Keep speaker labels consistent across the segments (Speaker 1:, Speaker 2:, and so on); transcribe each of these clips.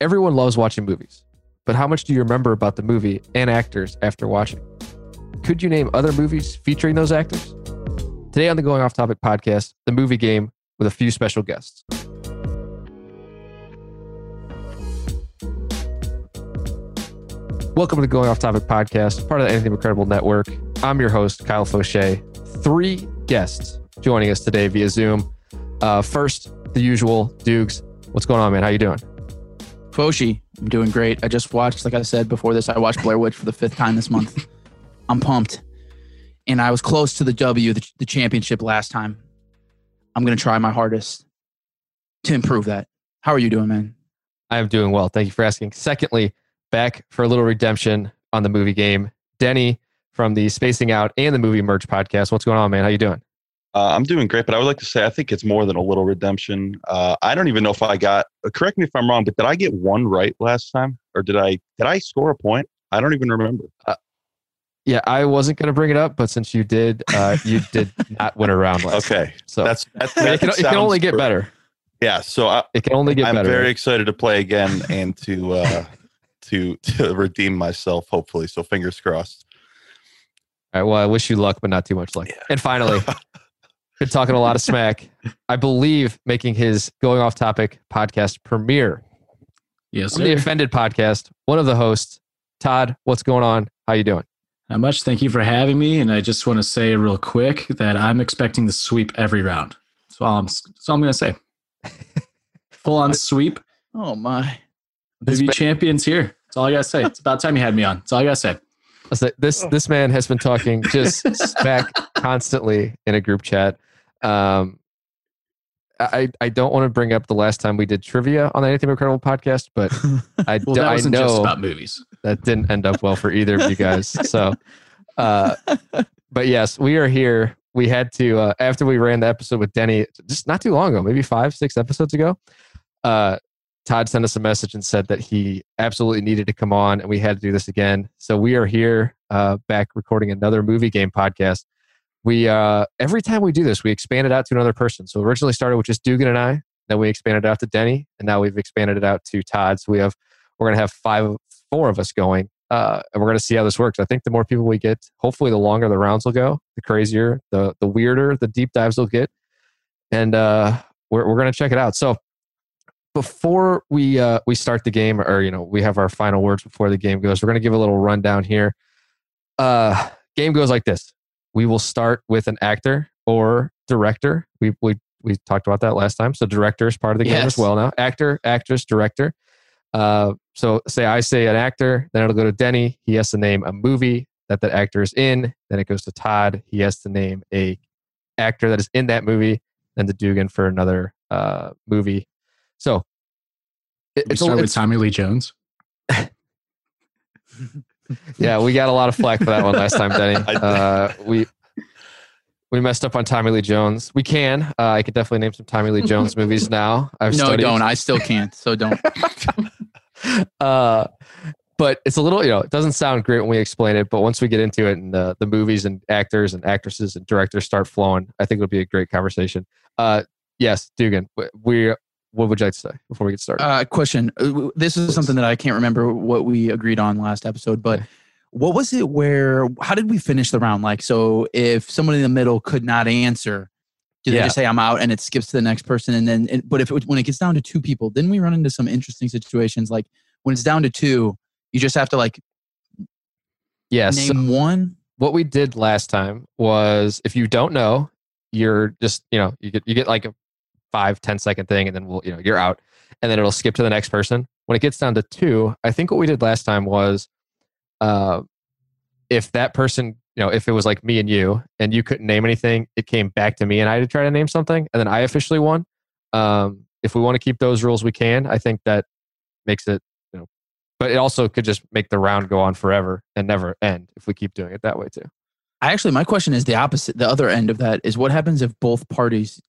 Speaker 1: everyone loves watching movies, but how much do you remember about the movie and actors after watching? Could you name other movies featuring those actors? Today on the Going Off Topic podcast, the movie game with a few special guests. Welcome to the Going Off Topic podcast, part of the Anything But Credible Network. I'm your host, Kyle Fauché. Three guests joining us today via Zoom. Uh, first, the usual, Dukes. What's going on, man? How you doing?
Speaker 2: Foshi, I'm doing great. I just watched, like I said before this, I watched Blair Witch for the fifth time this month. I'm pumped. And I was close to the W, the, the championship last time. I'm going to try my hardest to improve that. How are you doing, man?
Speaker 1: I am doing well. Thank you for asking. Secondly, back for a little redemption on the movie game. Denny from the Spacing Out and the Movie Merge podcast. What's going on, man? How you doing?
Speaker 3: Uh, I'm doing great, but I would like to say I think it's more than a little redemption. Uh, I don't even know if I got. uh, Correct me if I'm wrong, but did I get one right last time, or did I did I score a point? I don't even remember. Uh,
Speaker 1: Yeah, I wasn't going to bring it up, but since you did, uh, you did not win a round last.
Speaker 3: okay,
Speaker 1: So
Speaker 3: that's that's
Speaker 1: I mean, it, can, it can only get better.
Speaker 3: Yeah, so I,
Speaker 1: It can only get
Speaker 3: I'm
Speaker 1: better.
Speaker 3: very excited to play again and to uh, to to redeem myself, hopefully. So fingers crossed.
Speaker 1: All right, well, I wish you luck, but not too much luck.
Speaker 3: Yeah.
Speaker 1: And finally, been talking a lot of smack. I believe making his going off topic podcast premiere
Speaker 4: Yes,
Speaker 1: on the
Speaker 4: sir.
Speaker 1: Offended podcast. One of the hosts, Todd. What's going on? How you doing?
Speaker 4: How much? Thank you for having me. And I just want to say real quick that I'm expecting to sweep every round. That's all I'm, that's all I'm going to say. Full on sweep.
Speaker 2: Oh, my.
Speaker 4: Maybe champions here. That's all I got to say. It's about time you had me on. That's all I got to say.
Speaker 1: I was like, this this man has been talking just smack constantly in a group chat. Um, I I don't want to bring up the last time we did trivia on the Anything But Credible podcast, but I
Speaker 4: Well,
Speaker 1: do-
Speaker 4: that
Speaker 1: I
Speaker 4: wasn't just
Speaker 1: know-
Speaker 4: about movies.
Speaker 1: that didn't end up well for either of you guys. So, uh, but yes, we are here. We had to uh, after we ran the episode with Denny just not too long ago, maybe five, six episodes ago. Uh, Todd sent us a message and said that he absolutely needed to come on, and we had to do this again. So we are here uh, back recording another movie game podcast. We uh, every time we do this, we expand it out to another person. So originally started with just Dugan and I, then we expanded it out to Denny, and now we've expanded it out to Todd. So we have we're gonna have five four of us going uh, and we're gonna see how this works i think the more people we get hopefully the longer the rounds will go the crazier the the weirder the deep dives will get and uh, we're, we're gonna check it out so before we uh, we start the game or you know we have our final words before the game goes we're gonna give a little rundown here uh, game goes like this we will start with an actor or director we we we talked about that last time so director is part of the game as
Speaker 2: Yes.
Speaker 1: well now actor actress director uh, so say I say an actor, then it'll go to Denny. He has to name a movie that that actor is in. Then it goes to Todd. He has to name a actor that is in that movie. Then to Dugan for another uh, movie. So it- it's,
Speaker 4: We
Speaker 1: a-
Speaker 4: start with
Speaker 1: it's-
Speaker 4: Tommy Lee Jones.
Speaker 1: yeah, we got a lot of flack for that one last time, Denny. Uh, we we messed up on Tommy Lee Jones. We can. Uh, I could definitely name some Tommy Lee Jones movies now. I've
Speaker 2: no,
Speaker 1: studied.
Speaker 2: don't. I still can't. So don't.
Speaker 1: uh, but it's a little, you know, it doesn't sound great when we explain it, but once we get into it and the, the movies and actors and actresses and directors start flowing, I think it'll be a great conversation. Uh, yes, Dugan, wh- we, what would you like to say before we get started?
Speaker 2: Uh, question. Uh, w- This is something that I can't remember what we agreed on last episode, but what was it where, how did we finish the round? Like, so if someone in the middle could not answer, do they
Speaker 1: Yeah.
Speaker 2: just say I'm out and it skips to the next person? And then, and- but if it, when it gets down to two people, then we run into some interesting situations. Like when it's down to two, you just have to like
Speaker 1: yes.
Speaker 2: name one.
Speaker 1: what we did last time was if you don't know, you're just, you know, you get, you get like a five, 10 second thing and then we'll, you know, you're out and then it'll skip to the next person. When it gets down to two, I think what we did last time was, uh, if that person, you know, if it was like me and you and you couldn't name anything, it came back to me and I had to try to name something and then I officially won. Um, if we want to keep those rules, we can. I think that makes it, you know, but it also could just make the round go on forever and never end if we keep doing it that way too.
Speaker 2: I actually, my question is the opposite. The other end of that is what happens if both parties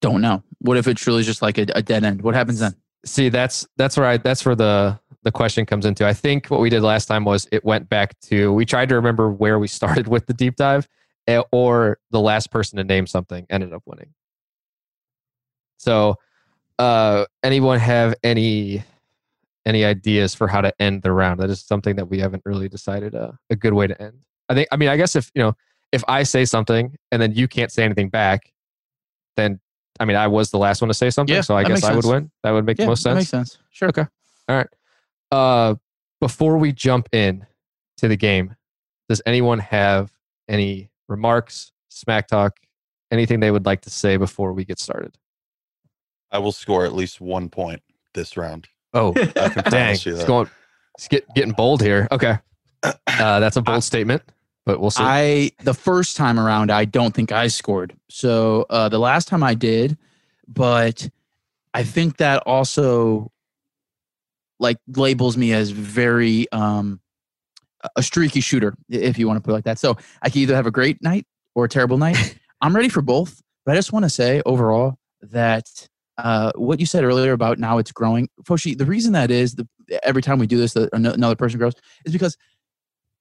Speaker 2: don't know? What if it's really just like a, a dead end? What happens then?
Speaker 1: see that's that's where i that's where the the question comes into i think what we did last time was it went back to we tried to remember where we started with the deep dive eh, or the last person to name something ended up winning so uh anyone have any any ideas for how to end the round. That is something that we haven't really decided a, a good way to end. I think. I mean, I guess if you know, if I say something and then you can't say anything back, then I mean, I was the last one to say something,
Speaker 2: Yeah,
Speaker 1: so I
Speaker 2: that
Speaker 1: guess
Speaker 2: makes
Speaker 1: I would
Speaker 2: sense.
Speaker 1: win. That would make the most
Speaker 2: that
Speaker 1: sense.
Speaker 2: makes sense. Sure.
Speaker 1: Okay. Uh, before we jump in to the game, does anyone have any remarks, smack talk, anything they would like to say before we get started?
Speaker 3: I will score at least one point this round.
Speaker 1: Oh,
Speaker 3: I can
Speaker 1: dang!
Speaker 3: promise you
Speaker 1: It's
Speaker 3: that.
Speaker 1: going. It's get, getting bold here. Okay, uh, that's a bold statement, but we'll see.
Speaker 2: I the first time around, I don't think I scored. So uh, the last time I did, but I think that also like labels me as very um, a streaky shooter, i- if you want to put it like that. So I can either have a great night or a terrible night. I'm ready for both, but I just want to say overall that uh, what you said earlier about now it's growing, Foshi. The reason that is the every time we do this, the, ano- another person grows is because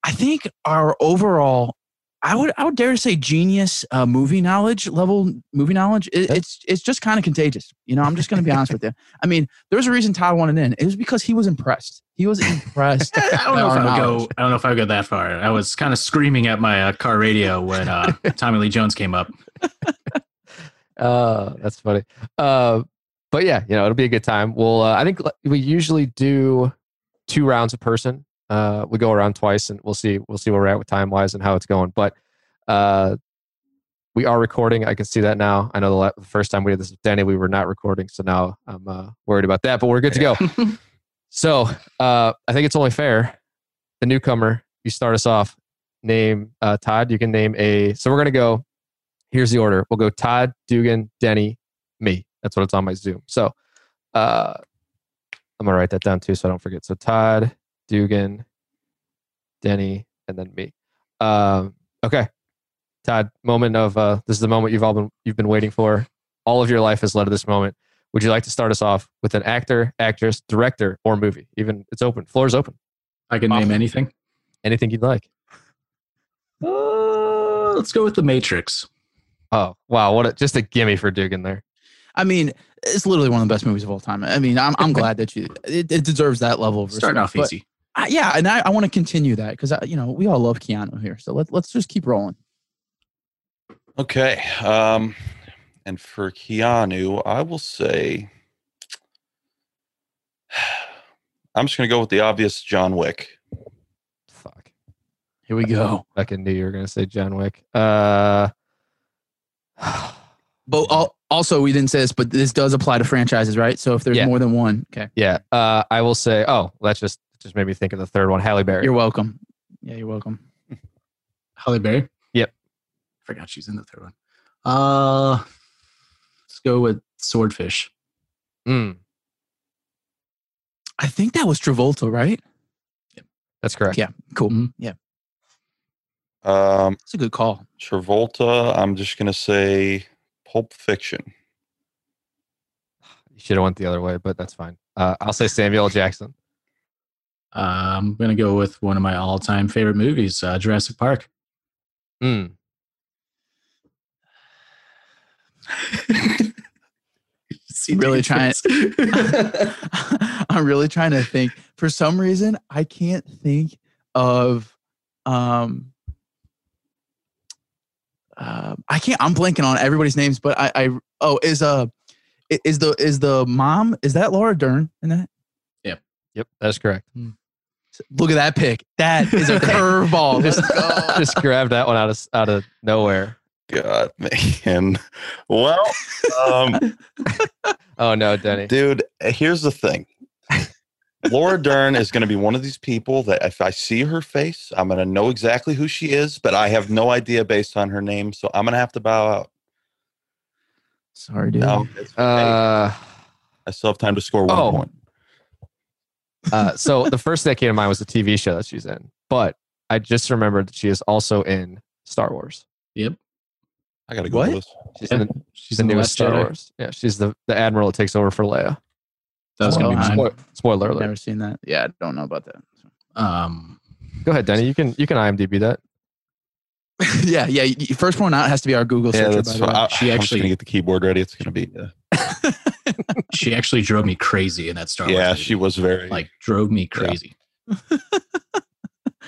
Speaker 2: I think our overall, I would I would dare to say genius uh, movie knowledge level movie knowledge. It, it's it's just kind of contagious. You know, I'm just going to be honest with you. I mean, there was a reason Todd wanted in. It was because he was impressed. He was impressed.
Speaker 4: I don't know if
Speaker 2: by our
Speaker 4: I would
Speaker 2: knowledge.
Speaker 4: go. I don't know if I would go that far. I was kind of screaming at my uh, car radio when uh, Tommy Lee Jones came up.
Speaker 1: Uh, that's funny. Uh, but yeah, you know, it'll be a good time. We'll, uh, I think l- we usually do two rounds a person. Uh, we go around twice and we'll see, we'll see where we're at with time wise and how it's going. But, uh, we are recording. I can see that now. I know the, la- the first time we did this with Danny, we were not recording. So now I'm uh, worried about that, but we're good to go. so uh, I think it's only fair. The newcomer, you start us off. Name uh, Todd. You can name a. So we're going to go here's the order. We'll go Todd, Dugan, Denny, me. That's what it's on my Zoom. So uh, I'm gonna write that down too, so I don't forget. So Todd, Dugan, Denny, and then me. Um, okay, Todd. Moment of uh, this is the moment you've all been you've been waiting for. All of your life has led to this moment. Would you like to start us off with an actor, actress, director, or movie? Even it's open. Floor's open.
Speaker 4: I can name anything.
Speaker 1: Anything you'd like.
Speaker 4: Uh, let's go with the Matrix.
Speaker 1: Oh wow! What a, just a gimme for Dugan there.
Speaker 2: I mean, it's literally one of the best movies of all time. I mean, I'm, I'm glad that you it, it deserves that level of
Speaker 4: Starting
Speaker 2: respect,
Speaker 4: off
Speaker 2: but-
Speaker 4: easy.
Speaker 2: I, yeah, and I, I want to continue that because you know we all love Keanu here, so let, let's just keep rolling.
Speaker 3: Okay. Um, and for Keanu, I will say I'm just going to go with the obvious John Wick.
Speaker 1: Fuck.
Speaker 2: Here we go.
Speaker 1: fucking knew you were gonna say John Wick. Uh,
Speaker 2: But al- also, we didn't say this, but this does apply to franchises, right? So if there's
Speaker 1: Yeah.
Speaker 2: more than one, okay,
Speaker 1: yeah. Uh, I will say. Oh, that's just just made me think of the third one, Halle Berry.
Speaker 2: you're welcome. Yeah, you're welcome.
Speaker 4: Holly Berry.
Speaker 1: Yep.
Speaker 4: forgot she's in the third one. Uh, let's go with Swordfish.
Speaker 1: Mm,
Speaker 2: I think that was Travolta, right?
Speaker 1: that's correct.
Speaker 2: Yeah, cool.
Speaker 4: Mhm.
Speaker 2: Yeah,
Speaker 3: Um,
Speaker 2: it's a good call.
Speaker 3: Travolta, I'm just going to say Pulp Fiction.
Speaker 1: You should have went the other way, but that's fine. Uh, I'll say Samuel L. Jackson.
Speaker 4: Uh, I'm gonna go with one of my all-time favorite movies, uh, Jurassic Park.
Speaker 1: Mm.
Speaker 2: Really trying. I'm really trying to think. For some reason, I can't think of. Um, uh, I can't. I'm blanking on everybody's names, but I. I oh, is uh, i- is the is the mom? Is that Laura Dern in that?
Speaker 1: Yep, that's correct.
Speaker 2: Look at that pick. That is a curveball. Let's
Speaker 1: just,
Speaker 2: go.
Speaker 1: just grab that one out of s- out of nowhere.
Speaker 3: God, man. Well, um,
Speaker 1: Oh no, Denny.
Speaker 3: Dude, here's the thing. Laura Dern is going to be one of these people that if I see her face, I'm going to know exactly who she is, but I have no idea based on her name, so I'm going to have to bow out.
Speaker 2: Sorry, dude.
Speaker 3: No, it's okay.
Speaker 1: Uh,
Speaker 3: I still have time to score one
Speaker 1: oh.
Speaker 3: point.
Speaker 1: uh, so the first thing that came to mind was the TV show that she's in, but I just remembered that she is also in Star Wars.
Speaker 4: Yep.
Speaker 3: I got to go
Speaker 2: What?
Speaker 3: with this.
Speaker 1: She's in the
Speaker 4: She's
Speaker 1: the
Speaker 4: in the
Speaker 1: newest
Speaker 4: Last
Speaker 1: Star
Speaker 4: Jedi.
Speaker 1: Wars. Yeah, she's the, the admiral that takes over for Leia.
Speaker 4: That was
Speaker 2: Oh,
Speaker 4: gonna be
Speaker 2: wow.
Speaker 4: mine.
Speaker 1: Spoil- spoiler
Speaker 2: I've
Speaker 1: alert.
Speaker 2: never seen that. Yeah, I don't know about that.
Speaker 4: Um,
Speaker 1: Go ahead, Danny. You can you can IMDb that.
Speaker 2: yeah, yeah. y- y- First one out has to be our Google
Speaker 3: Yeah,
Speaker 2: search.
Speaker 3: that's
Speaker 2: by the way.
Speaker 3: I,
Speaker 4: She
Speaker 3: she actually
Speaker 4: actually-
Speaker 3: going to get the keyboard ready. It's going to be uh,
Speaker 4: she actually drove me crazy in that Star Wars.
Speaker 3: Yeah,
Speaker 4: movie.
Speaker 3: she was very.
Speaker 4: like drove me crazy.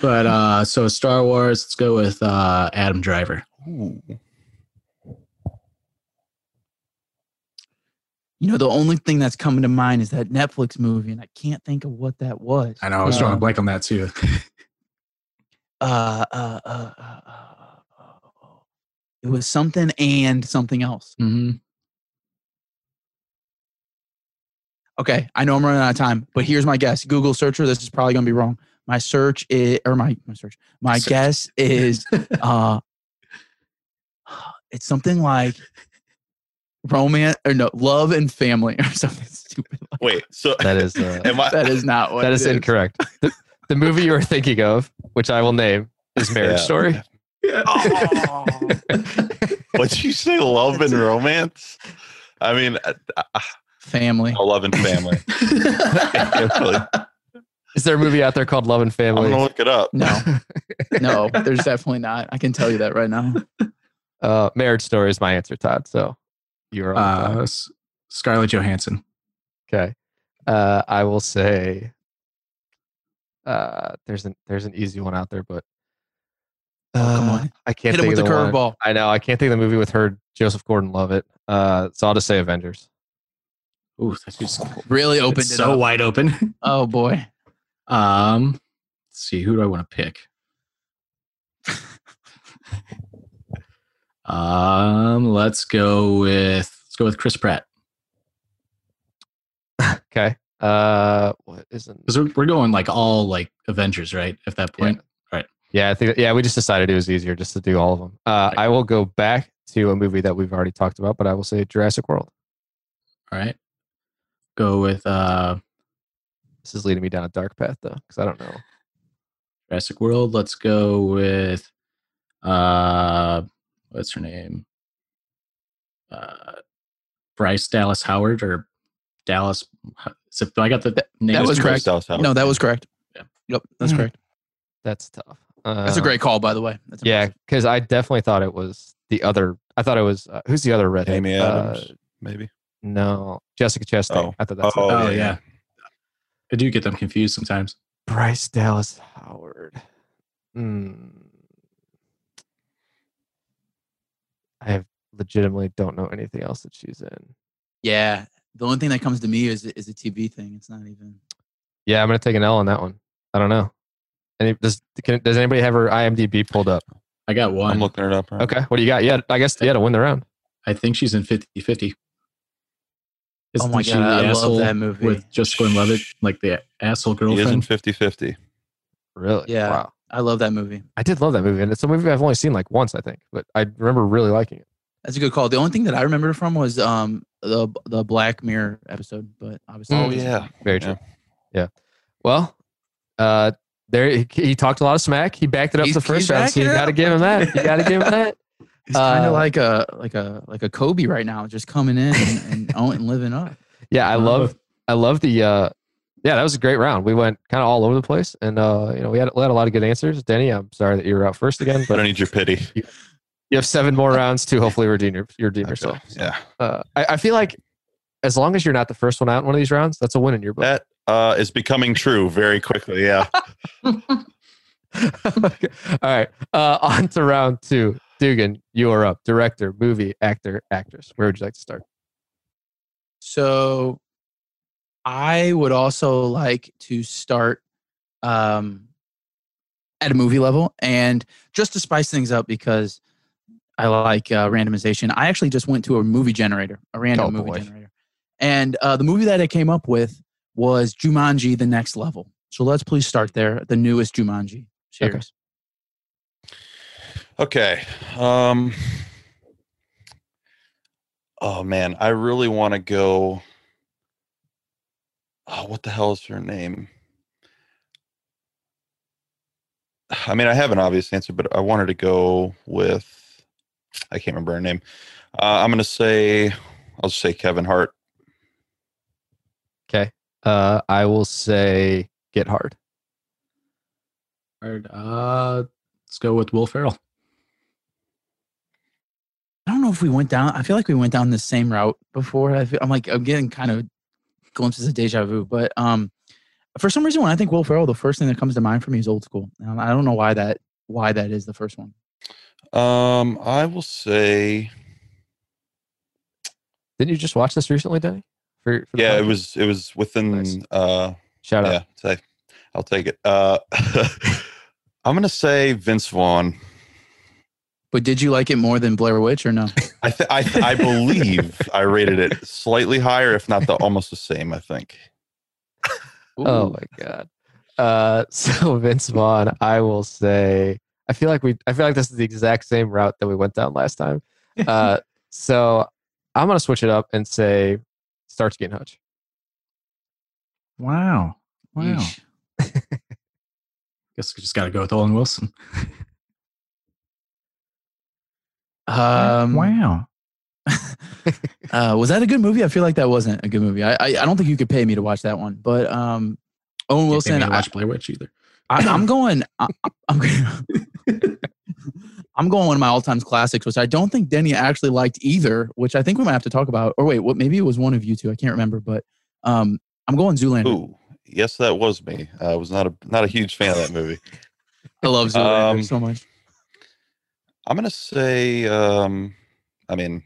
Speaker 4: but uh so Star Wars, let's go with uh Adam Driver.
Speaker 3: Ooh.
Speaker 2: You know, the only thing that's coming to mind is that Netflix movie, and I can't think of what that was.
Speaker 4: I know I was drawing a
Speaker 2: Um,
Speaker 4: blank on that too.
Speaker 2: uh, uh, uh, uh, uh, it was something and something else.
Speaker 4: hmm
Speaker 2: Okay, I know I'm running out of time, but here's my guess. Google searcher, this is probably gonna be wrong. My search is, or my my search, my
Speaker 4: Search.
Speaker 2: guess is, uh, it's something like romance or no love and family or something stupid. like-
Speaker 3: Wait, so
Speaker 1: That is uh,
Speaker 3: am I?
Speaker 2: that is not what.
Speaker 1: that
Speaker 2: it
Speaker 1: is incorrect. The, the movie you are thinking of, which I will name, is Marriage
Speaker 3: Yeah.
Speaker 1: Story.
Speaker 3: Oh, what'd you say? Love and romance? I mean, uh, uh,
Speaker 2: Family.
Speaker 3: oh, love and family. Definitely.
Speaker 1: Is there a movie out there called Love and
Speaker 3: I'm gonna
Speaker 1: Family?
Speaker 3: look it up.
Speaker 2: No, no, there's definitely not. I can tell you that right now.
Speaker 1: Uh, Marriage Story is my answer, Todd. So you're on.
Speaker 4: uh
Speaker 1: time.
Speaker 4: S- Scarlett Johansson.
Speaker 1: Okay. Uh, I will say uh, there's an there's an easy one out there, but
Speaker 2: Oh, come
Speaker 1: uh,
Speaker 2: on.
Speaker 1: I can't
Speaker 2: Hit him
Speaker 1: think
Speaker 2: with the
Speaker 1: of the one.
Speaker 2: curveball.
Speaker 1: I know I can't think of the movie with her Joseph Gordon Levitt. Uh, so I'll just say Avengers.
Speaker 4: Ooh, that's just
Speaker 2: Really opened it
Speaker 4: Oh, it's so
Speaker 2: up.
Speaker 4: wide open.
Speaker 2: Oh boy.
Speaker 4: Um let's see, who do I want to pick? um let's go with let's go with Chris Pratt.
Speaker 1: Okay. Uh, what isn't?
Speaker 4: Because we're, we're going like all like Avengers, right? At that point.
Speaker 1: Yeah, I think yeah, we just decided it was easier just to do all of them. Uh, I will go back to a movie that we've already talked about, but I will say Jurassic World.
Speaker 4: All right. Go with uh
Speaker 1: This is leading me down a dark path though, because I don't know.
Speaker 4: Jurassic World. Let's go with uh what's her name? Uh Bryce Dallas Howard or Dallas so I got the name
Speaker 2: that was
Speaker 4: correct.
Speaker 2: correct. No, that was correct.
Speaker 4: Yeah.
Speaker 2: Yep, that's
Speaker 1: Mhm.
Speaker 2: correct.
Speaker 1: That's tough.
Speaker 2: That's a
Speaker 1: Uh,
Speaker 2: great call, by the way. That's
Speaker 1: Yeah,
Speaker 2: impressive.
Speaker 1: because I definitely thought it was the other. I thought it was uh, who's the other redhead?
Speaker 3: Amy Adams,
Speaker 1: Uh,
Speaker 3: maybe.
Speaker 1: no, Jessica Chastain.
Speaker 3: Oh.
Speaker 1: I thought that's
Speaker 3: Oh,
Speaker 1: it.
Speaker 4: Oh
Speaker 3: yeah,
Speaker 4: yeah.
Speaker 3: yeah.
Speaker 4: I do get them confused sometimes.
Speaker 1: Bryce Dallas Howard. Hmm. I have legitimately don't know anything else that she's in.
Speaker 2: yeah. The only thing that comes to me is is a TV thing. It's not even.
Speaker 1: Yeah, I'm gonna take an L on that one. I don't know. Any, does can, does anybody have her IMDb pulled up?
Speaker 4: I got one.
Speaker 3: I'm looking it up. right
Speaker 1: Okay, what do you got? Yeah, I guess yeah to win the round.
Speaker 4: I think she's in 50 50.
Speaker 2: oh my god, I love that movie.
Speaker 4: with Just Gordon Levitt, like the asshole
Speaker 3: now. He is in
Speaker 4: girlfriend.
Speaker 3: 50 50.
Speaker 1: Really?
Speaker 2: Yeah.
Speaker 1: Wow.
Speaker 2: I love that movie.
Speaker 1: I did love that movie, and it's a movie I've only seen like once, I think, but I remember really liking it.
Speaker 2: That's a good call. The only thing that I remember from was um the the Black Mirror episode, but obviously.
Speaker 3: Oh, yeah.
Speaker 1: Very
Speaker 3: Yeah.
Speaker 1: true. Yeah. Well, uh, there he, he talked a lot of smack. He backed it up
Speaker 2: He's-
Speaker 1: the first
Speaker 2: he's
Speaker 1: round, so
Speaker 2: backing
Speaker 1: you
Speaker 2: it
Speaker 1: got to
Speaker 2: up.
Speaker 1: give him that. You got to give him that.
Speaker 2: It's kind
Speaker 1: Uh,
Speaker 2: of like a like a like a Kobe right now, just coming in and, and, own- and living up.
Speaker 1: Yeah, I
Speaker 4: Uh,
Speaker 1: love, I love the. Uh, yeah, that was a great round. We went kind of all over the place, and uh, you know we had, we had a lot of good answers. Denny, I'm sorry that you were out first again,
Speaker 3: I don't
Speaker 1: but
Speaker 3: need your pity.
Speaker 1: you have seven more rounds to hopefully redeem your, your redeem yourself.
Speaker 3: Yeah.
Speaker 1: Uh, I, I feel like as long as you're not the first one out in one of these rounds, that's a win in your book.
Speaker 3: That uh, is becoming true very quickly. Yeah.
Speaker 1: Okay. All right. Uh, on to round two. Dugan, you are up. Director, movie, actor, actress. Where would you like to start?
Speaker 2: So I would also like to start um, at a movie level and just to spice things up because I like uh, randomization. I actually just went to a movie generator, a random
Speaker 1: Oh,
Speaker 2: movie
Speaker 1: boy.
Speaker 2: generator. And uh, the movie that I came up with was Jumanji The Next Level. So let's please start there, the newest Jumanji.
Speaker 1: Okay.
Speaker 2: Cheers.
Speaker 3: Okay. Um, oh, man. I really want to go. Oh, what the hell is her name? I mean, I have an obvious answer, but I wanted to go with. I can't remember her name. Uh, I'm going to say, I'll just say Kevin Hart.
Speaker 1: Okay. Uh, I will say Get Hard.
Speaker 4: Alright, Uh, let's go with Will Ferrell.
Speaker 2: I don't know if we went down. I feel like we went down the same route before. I feel, I'm like I'm getting kind of glimpses of deja vu, but um, for some reason, when I think Will Ferrell, the first thing that comes to mind for me is Old School. And I don't know why that why that is the first one.
Speaker 3: Um, I will say,
Speaker 1: Didn't you just watch this recently, Denny? For, for the
Speaker 3: yeah, it
Speaker 1: podcast?
Speaker 3: was it was within.
Speaker 1: Nice.
Speaker 3: Uh,
Speaker 1: Shout out.
Speaker 3: yeah, say, I'll take it. Uh, I'm gonna say Vince Vaughn.
Speaker 2: But did you like it more than Blair Witch or no?
Speaker 3: I th- I, th- I believe I rated it slightly higher, if not the almost the same. I think.
Speaker 1: Oh my god. Uh, so Vince Vaughn, I will say, I feel like we, I feel like this is the exact same route that we went down last time. Uh, so I'm gonna switch it up and say Starsky and Hutch.
Speaker 4: Wow. Wow.
Speaker 2: Yeesh.
Speaker 4: Guess we just got to go with Owen Wilson.
Speaker 2: Um,
Speaker 4: wow.
Speaker 2: uh, was that a good movie? I feel like that wasn't a good movie. I, I I don't think you could pay me to watch that one. But um, Owen
Speaker 4: Can't pay me
Speaker 2: Wilson,
Speaker 4: to
Speaker 2: I,
Speaker 4: watch Blair Witch either.
Speaker 2: I, I'm going. I, I'm I'm going one of my all time classics, which I don't think Denny actually liked either. Which I think we might have to talk about. Or wait, what? Maybe it was one of you two. I can't remember. But um, I'm going Zoolander.
Speaker 3: Ooh, yes, that was me. I was not a not a huge fan of that movie.
Speaker 2: I love Zoolander
Speaker 3: Um,
Speaker 2: so much.
Speaker 3: I'm gonna say. Um, I mean,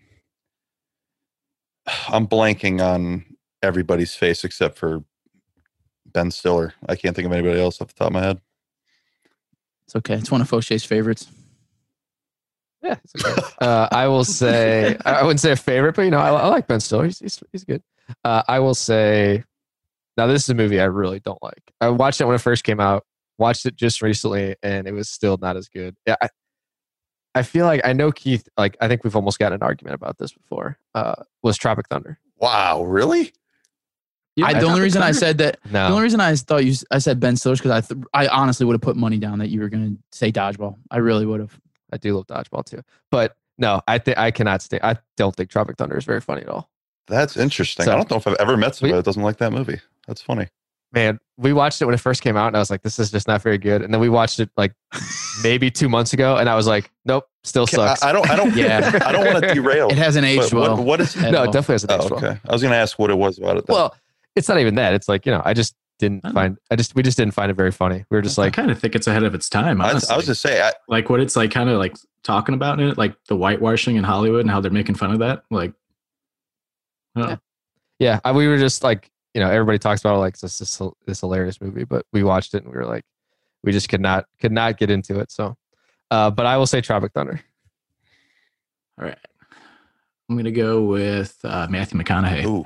Speaker 3: I'm blanking on everybody's face except for Ben Stiller. I can't think of anybody else off the top of my head.
Speaker 2: It's okay. It's one of Fauché's favorites.
Speaker 1: Yeah, it's okay. uh, I will say, I I wouldn't say a favorite, but you know, I, I like Ben Stiller. He's he's, he's good. Uh, I will say, now this is a movie I really don't like. I watched it when it first came out. Watched it just recently, and it was still not as good. Yeah, I, I feel like I know Keith. Like I think we've almost gotten an argument about this before. Uh, was Tropic Thunder?
Speaker 3: Wow, really?
Speaker 2: I, the only reason I said that
Speaker 3: Oh.
Speaker 2: The only
Speaker 1: No,
Speaker 2: reason I thought you, I said Ben Stiller's because I, th- I honestly would have put money down that you were going to say dodgeball. I really would have.
Speaker 1: I do love dodgeball too, but no, I think I cannot stay. I don't think Tropic Thunder is very funny at all.
Speaker 3: That's interesting.
Speaker 1: So-
Speaker 3: I don't know if I've ever met somebody
Speaker 1: We-
Speaker 3: that doesn't like that movie. That's funny.
Speaker 1: man, we watched it when it first came out, and I was like, this is just not very good. And then we watched it like maybe two months ago, and I was like, nope, still
Speaker 3: Can- I-
Speaker 1: sucks.
Speaker 3: I, don't. I don't.
Speaker 1: Yeah.
Speaker 3: I don't want to derail.
Speaker 2: It hasn't
Speaker 3: Oh, but
Speaker 2: aged well.
Speaker 3: what, what is?
Speaker 2: at
Speaker 1: no, it
Speaker 2: all.
Speaker 1: definitely has an
Speaker 3: Oh,
Speaker 1: extra.
Speaker 3: okay. I was gonna ask what it was about it. Though.
Speaker 1: Well, it's not even that. It's like you know, I just didn't
Speaker 3: Oh.
Speaker 4: I don't
Speaker 1: find. I just we just didn't find it very funny. We were just like,
Speaker 4: I kind of think it's ahead of its time.
Speaker 3: I,
Speaker 4: Honestly.
Speaker 3: I was just say. I,
Speaker 4: like what it's like, kind of like talking about in it, like the whitewashing in Hollywood and how they're making fun of that. Like, oh,
Speaker 1: Yeah. yeah, I, we were just like, you know, everybody talks about it like this this, this hilarious movie, but we watched it and we were like, we just could not could not get into it. So, uh, but I will say Tropic Thunder.
Speaker 4: all right. I'm gonna go with uh, Matthew McConaughey.
Speaker 3: ooh.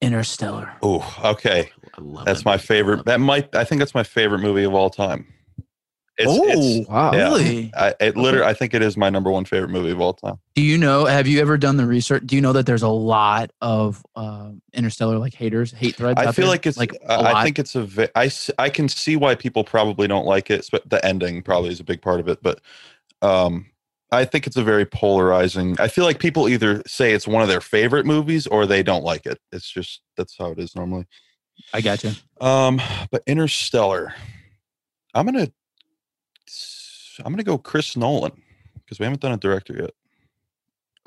Speaker 2: Interstellar.
Speaker 3: Ooh. Okay.
Speaker 4: I love
Speaker 3: That's
Speaker 4: that
Speaker 3: my
Speaker 4: movie.
Speaker 3: favorite. That might. I think that's my favorite movie of all time. It's, it's,
Speaker 1: Wow.
Speaker 3: Yeah.
Speaker 2: Really?
Speaker 3: I, it literally, I think it is my number one favorite movie of all time.
Speaker 2: Do you know? Have you ever done the research? Do you know that there's a lot of uh, Interstellar like haters, hate threads?
Speaker 3: I
Speaker 2: out
Speaker 3: feel
Speaker 2: there?
Speaker 3: like it's
Speaker 2: like
Speaker 3: like
Speaker 2: a
Speaker 3: I,
Speaker 2: lot.
Speaker 3: I think it's a. ve- I s- I can see why people probably don't like it, but the ending probably is a big part of it. But um, I think it's a very polarizing. I feel like people either say it's one of their favorite movies or they don't like it. It's just that's how it is normally.
Speaker 2: I got you.
Speaker 3: Um, but Interstellar, I'm gonna I'm gonna go Chris Nolan because we haven't done a director yet.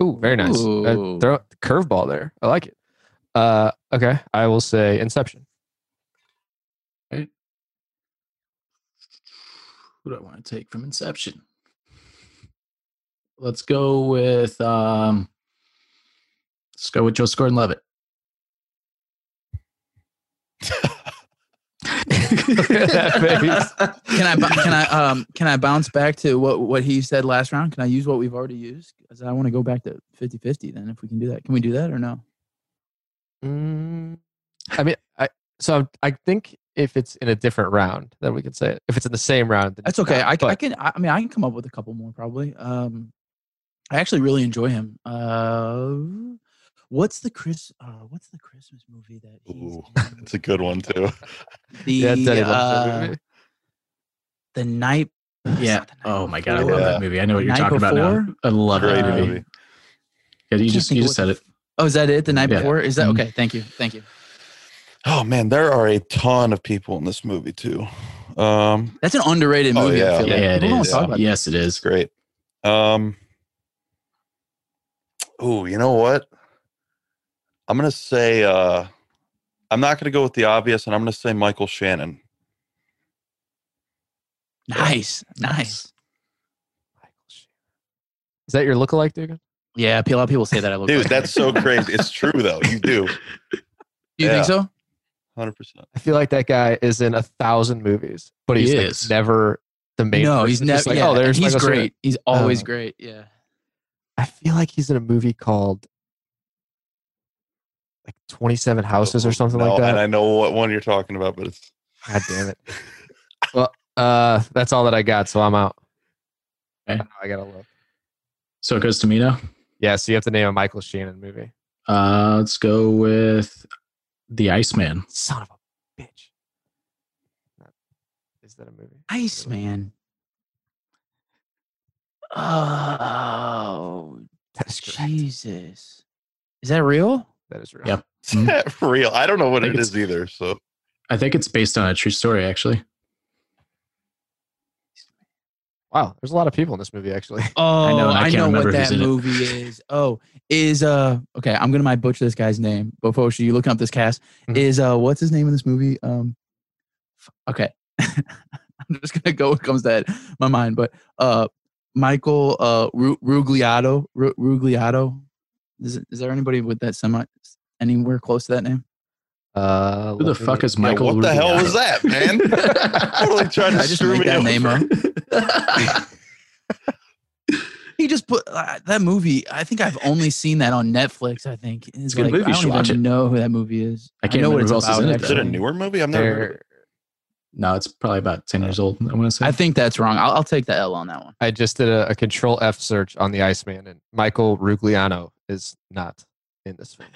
Speaker 1: Ooh, very nice. Uh,
Speaker 2: Ooh.
Speaker 1: throw curveball there. I like it. Uh, okay, I will say Inception.
Speaker 4: Who do I want to take from Inception? Let's go with um let's go with Joe Gordon Levitt.
Speaker 2: Can I? bou- Can I? Um, can I bounce back to what what he said last round? Can I use what we've already used? Because I want to go back to 50-50 Then, if we can do that, can we do that or no?
Speaker 1: Mm, I mean, I so I'm- I think if it's in a different round, then we can say it. If it's in the same round, then
Speaker 2: That's
Speaker 1: it's
Speaker 2: okay.
Speaker 1: not,
Speaker 2: I, c- I
Speaker 1: but
Speaker 2: can. I I mean, I can come up with a couple more probably. Um, I actually really enjoy him. Uh, what's the Chris? Uh, what's the Christmas movie that he's
Speaker 3: Ooh,
Speaker 2: in
Speaker 3: it's a good one too.
Speaker 2: with The
Speaker 1: yeah, Denny loves that
Speaker 2: uh,
Speaker 1: movie.
Speaker 2: the night. it's
Speaker 4: yeah.
Speaker 2: not The Night
Speaker 4: Oh my god, I
Speaker 2: Before.
Speaker 4: love
Speaker 3: Yeah.
Speaker 4: that movie. I know what you're
Speaker 2: Night
Speaker 4: talking about now.
Speaker 2: Before?
Speaker 4: I love
Speaker 3: Great
Speaker 4: that
Speaker 2: Uh,
Speaker 4: movie.
Speaker 3: movie.
Speaker 4: Yeah, you
Speaker 2: can't
Speaker 4: just
Speaker 2: think
Speaker 4: you
Speaker 2: of
Speaker 4: just
Speaker 2: what
Speaker 4: said
Speaker 2: the
Speaker 4: it.
Speaker 2: Oh, is that it? The night
Speaker 4: Yeah.
Speaker 2: before? Is that
Speaker 4: Mhm.
Speaker 2: okay? Thank you. Thank you.
Speaker 3: Oh man, there are a ton of people in this movie too. Um,
Speaker 2: That's an underrated
Speaker 3: Oh,
Speaker 2: movie.
Speaker 3: yeah.
Speaker 2: I feel
Speaker 4: Yeah,
Speaker 2: like.
Speaker 4: it
Speaker 2: People don't
Speaker 4: is. Um,
Speaker 2: talk about that.
Speaker 4: Yes, it
Speaker 3: it's
Speaker 4: is.
Speaker 3: great. Um, oh, you know what? I'm gonna say uh, I'm not gonna go with the obvious, and I'm gonna say Michael Shannon.
Speaker 2: Nice, nice.
Speaker 1: Is that your lookalike, dude?
Speaker 2: Yeah, a lot of people say that. I look.
Speaker 3: Dude,
Speaker 2: like
Speaker 3: that's so crazy. It's true though. You do
Speaker 2: Do you think so?
Speaker 3: hundred percent.
Speaker 1: I feel like that guy is in a thousand movies, but
Speaker 4: He
Speaker 1: he's like,
Speaker 4: is.
Speaker 1: never the main.
Speaker 2: no, he's
Speaker 1: person. Just
Speaker 2: never.
Speaker 1: like,
Speaker 2: yeah,
Speaker 1: oh, there's
Speaker 2: and he's
Speaker 1: Michael Cera."
Speaker 2: great. Oh. He's always
Speaker 1: Um,
Speaker 2: great. Yeah.
Speaker 1: I feel like he's in a movie called like 27 Houses or something like
Speaker 3: And
Speaker 1: that.
Speaker 3: I know what one you're talking about, but it's
Speaker 1: God damn it. well, uh, that's all that I got, so I'm out.
Speaker 4: Okay.
Speaker 1: Now I gotta look.
Speaker 4: So it goes to me now.
Speaker 1: Yeah, so you have to name a Michael Shannon movie.
Speaker 4: Uh, let's go with the Iceman.
Speaker 1: Son of a bitch. Is that a movie?
Speaker 2: Iceman. Oh,
Speaker 1: That's correct.
Speaker 2: Jesus. Is that real?
Speaker 1: That is real.
Speaker 4: Yep.
Speaker 3: real. I don't know what
Speaker 4: I think
Speaker 3: it is either. So
Speaker 4: I think it's based on a true story, actually.
Speaker 1: Wow, there's a lot of people in this movie actually.
Speaker 2: Oh, I
Speaker 4: know,
Speaker 2: know,
Speaker 4: and I can't
Speaker 2: what
Speaker 4: remember who's
Speaker 2: that
Speaker 4: in it.
Speaker 2: movie is. Oh, is uh okay, I'm gonna might butcher this guy's name, but folks, you looking up this cast.
Speaker 4: Mm-hmm.
Speaker 1: Mhm.
Speaker 2: Is uh what's his name in this movie? Um f- okay. I'm just gonna go what comes to head- my mind, but uh Michael uh Ru- Rugliato Ru- Rugliato. Is, is there anybody with that semi anywhere close to that name?
Speaker 1: Uh,
Speaker 4: Who the
Speaker 1: let me-
Speaker 4: fuck is
Speaker 3: Yeah,
Speaker 4: Michael?
Speaker 3: what the hell was that, man? totally trying to
Speaker 2: I just
Speaker 3: screw
Speaker 2: made
Speaker 3: me
Speaker 2: that
Speaker 3: over.
Speaker 2: name up.
Speaker 4: that?
Speaker 2: He just put uh, that movie. I think I've only seen that on Netflix. I think it's,
Speaker 4: a good movie,
Speaker 2: I
Speaker 4: you
Speaker 2: don't
Speaker 4: should
Speaker 2: even
Speaker 4: watch it.
Speaker 2: know who that movie is.
Speaker 4: I can't
Speaker 2: know what
Speaker 4: remember
Speaker 2: it's
Speaker 4: who else is
Speaker 2: about.
Speaker 4: in it,
Speaker 3: Is it a
Speaker 2: actually.
Speaker 3: newer movie? I've never heard of
Speaker 1: There,
Speaker 3: it.
Speaker 4: no, it's probably about ten years old. I want to say.
Speaker 2: I think that's wrong. I'll, I'll take the L on that one.
Speaker 1: I just did a, a control F search on the Iceman, and Michael Rugliano is not in this film.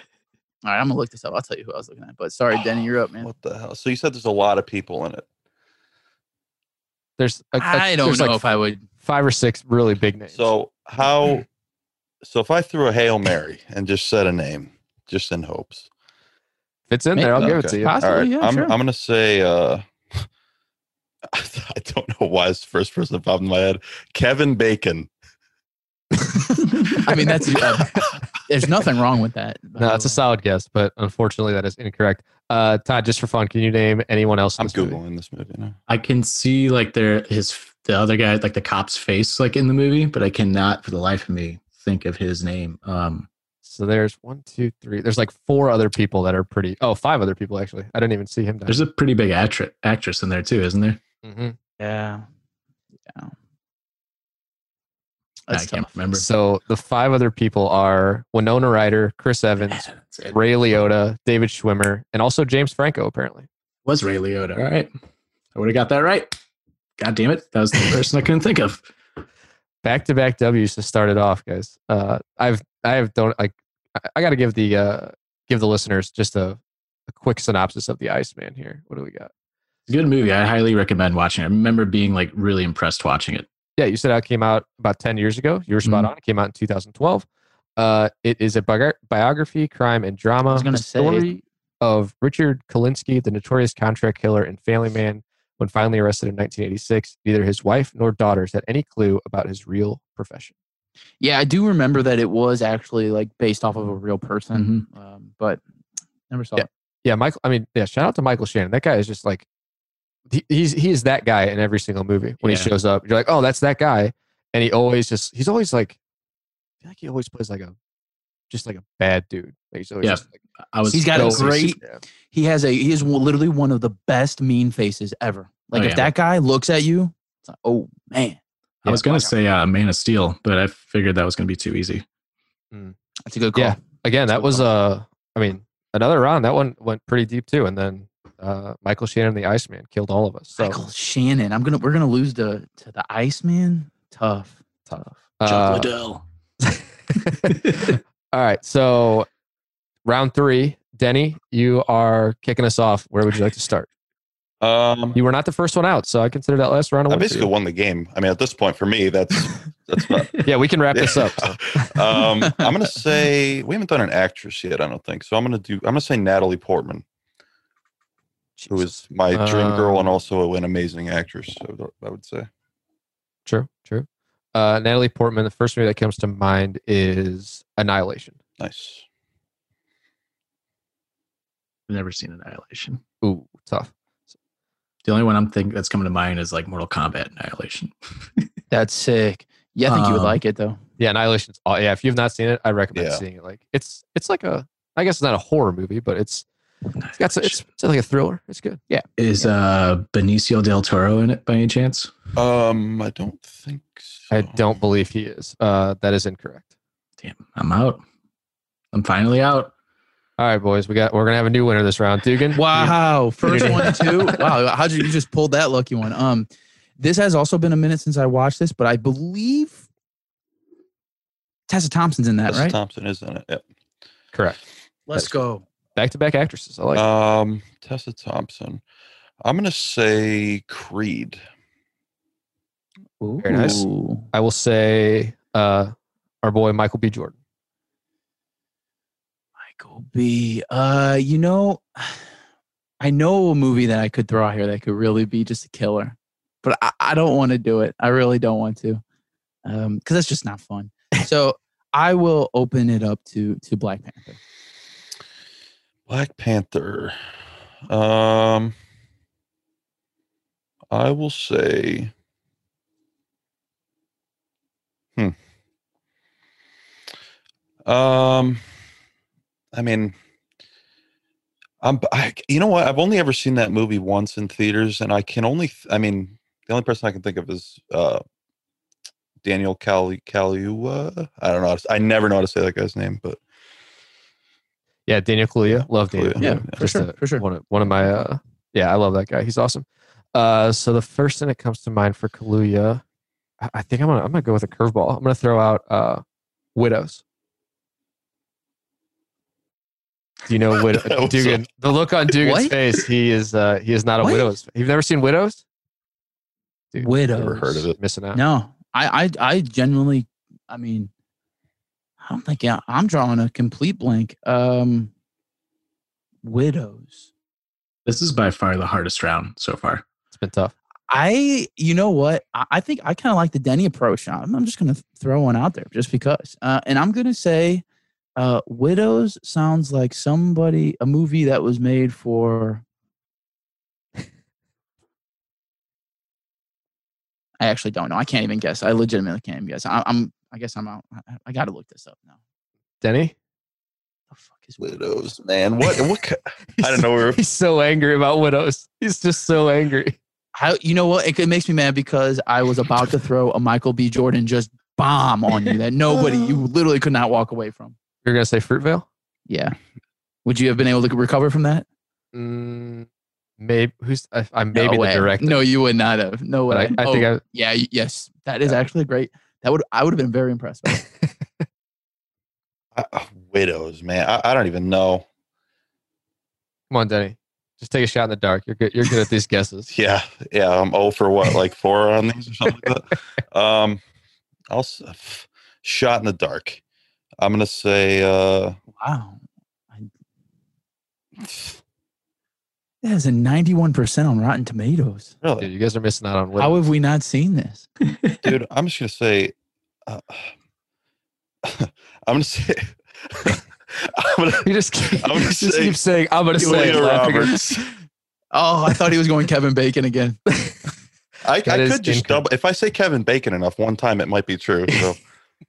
Speaker 2: All right, I'm gonna look this up. I'll tell you who I was looking at. But sorry, Denny, you're up, man.
Speaker 3: What the hell? So you said there's a lot of people in it.
Speaker 1: There's a, a-
Speaker 2: I I don't
Speaker 1: there's
Speaker 2: know
Speaker 1: like
Speaker 2: if I would.
Speaker 1: five or six really big names.
Speaker 3: So how? So if I threw a hail mary and just said a name, just in hopes.
Speaker 1: if it's in there, I'll give it to
Speaker 3: Okay.
Speaker 1: you.
Speaker 2: Possibly, yeah,
Speaker 3: I'm,
Speaker 2: sure.
Speaker 3: I'm gonna say. uh I don't know why it's the first person that popped in my head. Kevin Bacon.
Speaker 2: I mean, that's uh, there's nothing wrong with that. by
Speaker 1: No,
Speaker 2: the
Speaker 1: that's a
Speaker 2: way.
Speaker 1: solid guess, but unfortunately, that is incorrect. Uh, Todd, just for fun, can you name anyone else? in
Speaker 3: I'm
Speaker 1: this movie?
Speaker 3: googling this movie now.
Speaker 4: I can see like their his the other guy like the cop's face like in the movie, but I cannot for the life of me think of his name. Um,
Speaker 1: So there's one, two, three. There's like four other people that are pretty. Oh, five other people actually. I didn't even see him.
Speaker 4: there's a pretty big actress actress in there too, isn't there?
Speaker 1: hmm
Speaker 2: Yeah. Yeah.
Speaker 4: I
Speaker 2: That's
Speaker 4: can't
Speaker 2: tough.
Speaker 4: remember.
Speaker 1: So the five other people are Winona Ryder, Chris
Speaker 4: Yeah,
Speaker 1: Evans,
Speaker 4: that's it.
Speaker 1: Ray Liotta, David Schwimmer, and also James Franco. Apparently,
Speaker 4: was Ray Liotta. All right, I would have got that right. God damn it, that was the only person I couldn't think of.
Speaker 1: back to back W's to start it off, guys. Uh, I've I have don't like I, I got to give the uh, give the listeners just a, a quick synopsis of the Iceman here. What do we got?
Speaker 4: Good movie. I highly recommend watching it. I remember being like really impressed watching it.
Speaker 1: yeah, you said it came out about 10 years ago. You were spot
Speaker 2: Mm-hmm.
Speaker 4: Mhm.
Speaker 1: on. It came out in 2012. Uh, it is a biogra- biography, crime, and drama.
Speaker 2: was gonna
Speaker 1: the
Speaker 2: say-
Speaker 1: story of Richard Kalinsky, the notorious contract killer and family man. When finally arrested in 1986, neither his wife nor daughters had any clue about his real profession.
Speaker 2: Yeah, I do remember that it was actually like based off of a real person, um, but never saw it.
Speaker 1: Yeah, Michael. I mean, yeah. Shout out to Michael Shannon. That guy is just like he, he's he is that guy in every single movie. When he
Speaker 4: Yeah.
Speaker 1: shows up, you're like, oh, that's that guy, and he always just he's always like, I feel like he always plays like a just like a bad dude. Like he's always
Speaker 4: Yeah.
Speaker 1: just like,
Speaker 4: I was.
Speaker 2: He's got a
Speaker 4: I was-
Speaker 2: great-
Speaker 1: Yeah.
Speaker 2: He has a he is one- literally one of the best mean faces ever. Like
Speaker 4: Oh,
Speaker 2: if
Speaker 4: yeah.
Speaker 2: that guy looks at you, it's like, oh man,
Speaker 4: I was gonna
Speaker 2: Watch out.
Speaker 4: say uh, Man of Steel, but I figured that was gonna be too easy.
Speaker 2: that's a good call.
Speaker 1: Yeah. Again, that
Speaker 2: So
Speaker 1: was uh I mean, another round. That one went pretty deep too. And then uh Michael Shannon and the Iceman killed all of us. So
Speaker 2: Michael Shannon, I'm gonna we're gonna lose to to the Iceman. Tough, tough.
Speaker 1: uh,
Speaker 4: Liddell.
Speaker 1: all right. So round three, Denny, you are kicking us off. Where would you like to start?
Speaker 3: Um,
Speaker 1: You were not the first one out, so I consider that last round a
Speaker 3: I
Speaker 1: win. for
Speaker 3: basically
Speaker 1: you.
Speaker 3: won the game. I mean, at this point, for me, that's that's not
Speaker 1: Yeah, we can wrap this up. so.
Speaker 3: um, I'm gonna say we haven't done an actress yet. I don't think so. I'm gonna do. I'm gonna say Natalie Portman. who is my dream girl
Speaker 1: Um
Speaker 3: and also an amazing actress. I would- I would say.
Speaker 1: True, true. Uh, Natalie Portman. The first movie that comes to mind is Annihilation.
Speaker 3: Nice.
Speaker 4: I've never seen Annihilation.
Speaker 1: Ooh, tough.
Speaker 4: The only one I'm thinking that's coming to mind is like Mortal Kombat Annihilation.
Speaker 2: That's sick. Yeah, I think you would
Speaker 4: Um,
Speaker 2: like it though.
Speaker 1: Yeah, Annihilation's. aw- Yeah, if you've not seen it, I recommend
Speaker 3: Yeah.
Speaker 1: seeing it. Like it's it's like a I guess it's not a horror movie, but it's it's got s- it's,
Speaker 4: Annihilation.
Speaker 1: it's like a thriller. It's good. Yeah,
Speaker 4: Is uh, Benicio del Toro in it by any chance?
Speaker 3: Um, I don't think. So.
Speaker 2: Oh.
Speaker 1: I don't believe he is. Uh, that is incorrect.
Speaker 4: Damn, I'm out. I'm finally out.
Speaker 1: All right, boys, we got we're gonna have a new winner this round. Dugan.
Speaker 2: Wow, first
Speaker 1: did.
Speaker 2: one too. Wow, how did you just pull that lucky one? Um, this has also been a minute since I watched this, but I believe Tessa Thompson's in that,
Speaker 3: Tessa
Speaker 2: right?
Speaker 3: Thompson is in it. Yep.
Speaker 1: correct.
Speaker 2: Let's go.
Speaker 1: Back to back actresses. I like. it.
Speaker 3: Um, Tessa Thompson. I'm gonna say Creed.
Speaker 1: Very nice.
Speaker 2: Ooh.
Speaker 1: I will say uh, our boy Michael B. Jordan.
Speaker 2: Michael B. Uh, you know, I know a movie that I could throw out here that could really be just a killer, but I, I don't want to do it. I really don't want to, because that's just not fun. So I will open it up to to Black Panther.
Speaker 3: Black Panther. Um, I will say. Hmm. Um, I mean, I'm. I, you know what? I've only ever seen that movie once in theaters, and I can only. th- I mean, the only person I can think of is uh, Daniel Cali Caliua. I don't know. how to s- I never know how to say that guy's name, but
Speaker 1: Yeah, Daniel Kaluuya. Love Daniel.
Speaker 3: Kaluuya, yeah,
Speaker 1: Kaluuya.
Speaker 2: for
Speaker 1: Just
Speaker 2: sure,
Speaker 1: a-
Speaker 2: for sure.
Speaker 1: One of, one of my, uh, yeah, I love that guy. He's awesome. Uh, so the first thing that comes to mind for Kaluuya, I, I think I'm gonna I'm gonna go with a curveball. I'm gonna throw out uh, widows. Do you know
Speaker 3: That was
Speaker 1: widow
Speaker 3: a-
Speaker 1: Dugan? The look on Dugan's
Speaker 2: What?
Speaker 1: face. He is uh, he is not a
Speaker 2: What?
Speaker 1: widows. You've never seen widows? Dude,
Speaker 2: Widows.
Speaker 3: never heard of it.
Speaker 1: Missing out.
Speaker 2: No, I I I genuinely, I mean, I don't think I, I'm drawing a complete blank. Um, widows.
Speaker 4: This is by far the hardest round so far.
Speaker 1: It's been tough.
Speaker 2: I, you know what? I, I think I kind of like the Denny approach. I'm, I'm just going to throw one out there just because. Uh, and I'm going to say uh, Widows sounds like somebody, a movie that was made for. I actually don't know. I can't even guess. I legitimately can't even guess. I, I'm, I guess I'm out. I, I got to look this up now.
Speaker 1: Denny.
Speaker 2: The fuck is
Speaker 3: Widows, man. What? What? ki- I don't know. We were
Speaker 1: He's so angry about widows. He's just so angry.
Speaker 2: How you know what? It, it makes me mad because I was about to throw a Michael B. Jordan just bomb on you that nobody you literally could not walk away from.
Speaker 1: You're gonna say Fruitvale?
Speaker 2: Yeah. Would you have been able to recover from that?
Speaker 1: Mm, maybe who's I, I'm maybe
Speaker 2: no
Speaker 1: the
Speaker 2: way.
Speaker 1: director.
Speaker 2: No, you would not have. No way.
Speaker 1: but I, I think
Speaker 2: Oh,
Speaker 1: I,
Speaker 2: yeah. y- Yes, that is actually great. That would I would have been very impressed. Oh, By that.
Speaker 3: I, uh, widows, man. I, I don't even know.
Speaker 1: come on, Denny, just take a shot in the dark. You're good. You're good at these guesses.
Speaker 3: Yeah, yeah. I'm oh for what, like four on these or something like that. Um, I'll s- f- shot in the dark. I'm gonna say. uh
Speaker 2: wow. I- That has a ninety-one percent on Rotten Tomatoes.
Speaker 1: Dude,
Speaker 3: Really,
Speaker 1: you guys are missing out on what.
Speaker 2: How have we not seen this?
Speaker 3: dude. I'm just gonna say. Uh, I'm gonna say. I'm gonna.
Speaker 1: you just,
Speaker 3: I'm gonna
Speaker 1: just
Speaker 3: say
Speaker 1: keep saying I'm gonna say
Speaker 3: Julia
Speaker 1: it, laughing.
Speaker 3: Roberts.
Speaker 2: Oh, I thought he was going Kevin Bacon again.
Speaker 3: I, I
Speaker 1: That is
Speaker 3: could just
Speaker 1: incorrect.
Speaker 3: double. If I say Kevin Bacon enough one time, it might be true. So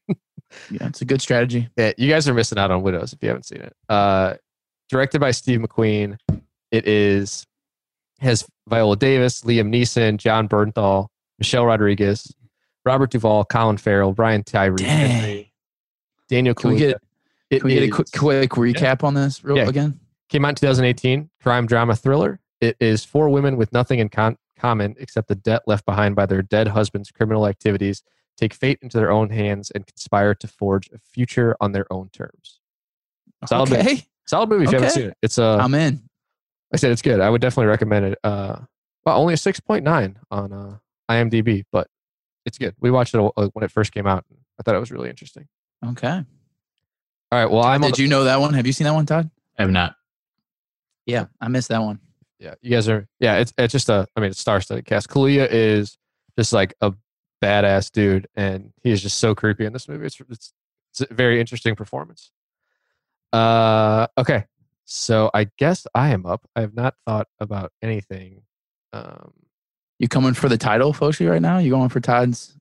Speaker 2: Yeah, it's a good strategy.
Speaker 1: Yeah, you guys are missing out on Widows if you haven't seen it. Uh, directed by Steve McQueen. It is has Viola Davis, Liam Neeson, John Bernthal, Michelle Rodriguez, Robert Duvall, Colin Farrell, Brian Tyree,
Speaker 2: Dang.
Speaker 1: Daniel
Speaker 2: Can we
Speaker 1: Kaluuya.
Speaker 2: get-
Speaker 1: It
Speaker 2: Can we get a quick
Speaker 1: is-
Speaker 2: quick recap on this real
Speaker 1: Yeah.
Speaker 2: again?
Speaker 1: Came out in 2018, crime drama thriller. It is four women with nothing in con- common except the debt left behind by their dead husband's criminal activities take fate into their own hands and conspire to forge a future on their own terms. Solid movie.
Speaker 2: Okay,
Speaker 1: Solid movie if you haven't
Speaker 2: Okay. Um,
Speaker 1: seen it. It's uh,
Speaker 2: I'm in.
Speaker 1: I said it's good. I would definitely recommend it. Uh, well, only a 6.9 on uh, IMDb, but it's good. We watched it uh, when it first came out. I thought it was really interesting.
Speaker 2: Okay.
Speaker 1: All right. Well, I'm on
Speaker 2: Did you know that one? Have you seen that one, Todd?
Speaker 4: I have not.
Speaker 2: Yeah, I missed that one.
Speaker 1: yeah, you guys are. Yeah, it's it's just a. I mean, it's star-studded cast. Kalia is just like a badass dude, and he is just so creepy in this movie. It's it's, it's a very interesting performance. Uh, okay, so I guess I am up. I have not thought about anything. Um,
Speaker 2: You coming for the title, Foshi, right now? You going for Todd's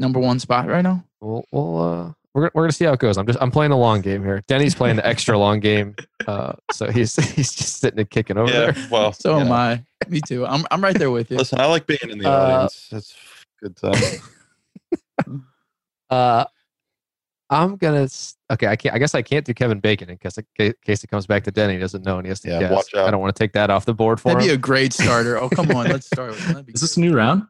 Speaker 2: number one spot right now?
Speaker 1: we'll, we'll uh, we're gonna- we're gonna see how it goes. I'm just I'm playing the long game here. Denny's playing the extra long game, uh, so he's he's just sitting and kicking over
Speaker 3: yeah,
Speaker 1: there.
Speaker 3: well,
Speaker 2: So
Speaker 3: you
Speaker 2: am
Speaker 3: know.
Speaker 2: I. Me too. I'm I'm right there with you.
Speaker 3: Listen, I like being in the
Speaker 2: Uh,
Speaker 3: audience. That's a good time.
Speaker 1: Uh, I'm gonna s- okay. I can't. I guess I can't do Kevin Bacon in case in case it comes back to Denny. He doesn't know and he has to
Speaker 3: Yeah,
Speaker 1: guess.
Speaker 3: watch out.
Speaker 1: I don't want to take that off the board for
Speaker 2: That'd be
Speaker 1: him.
Speaker 2: a great starter. Oh come on, let's start. With him. That'd be
Speaker 4: Is this a
Speaker 2: great.
Speaker 4: new round?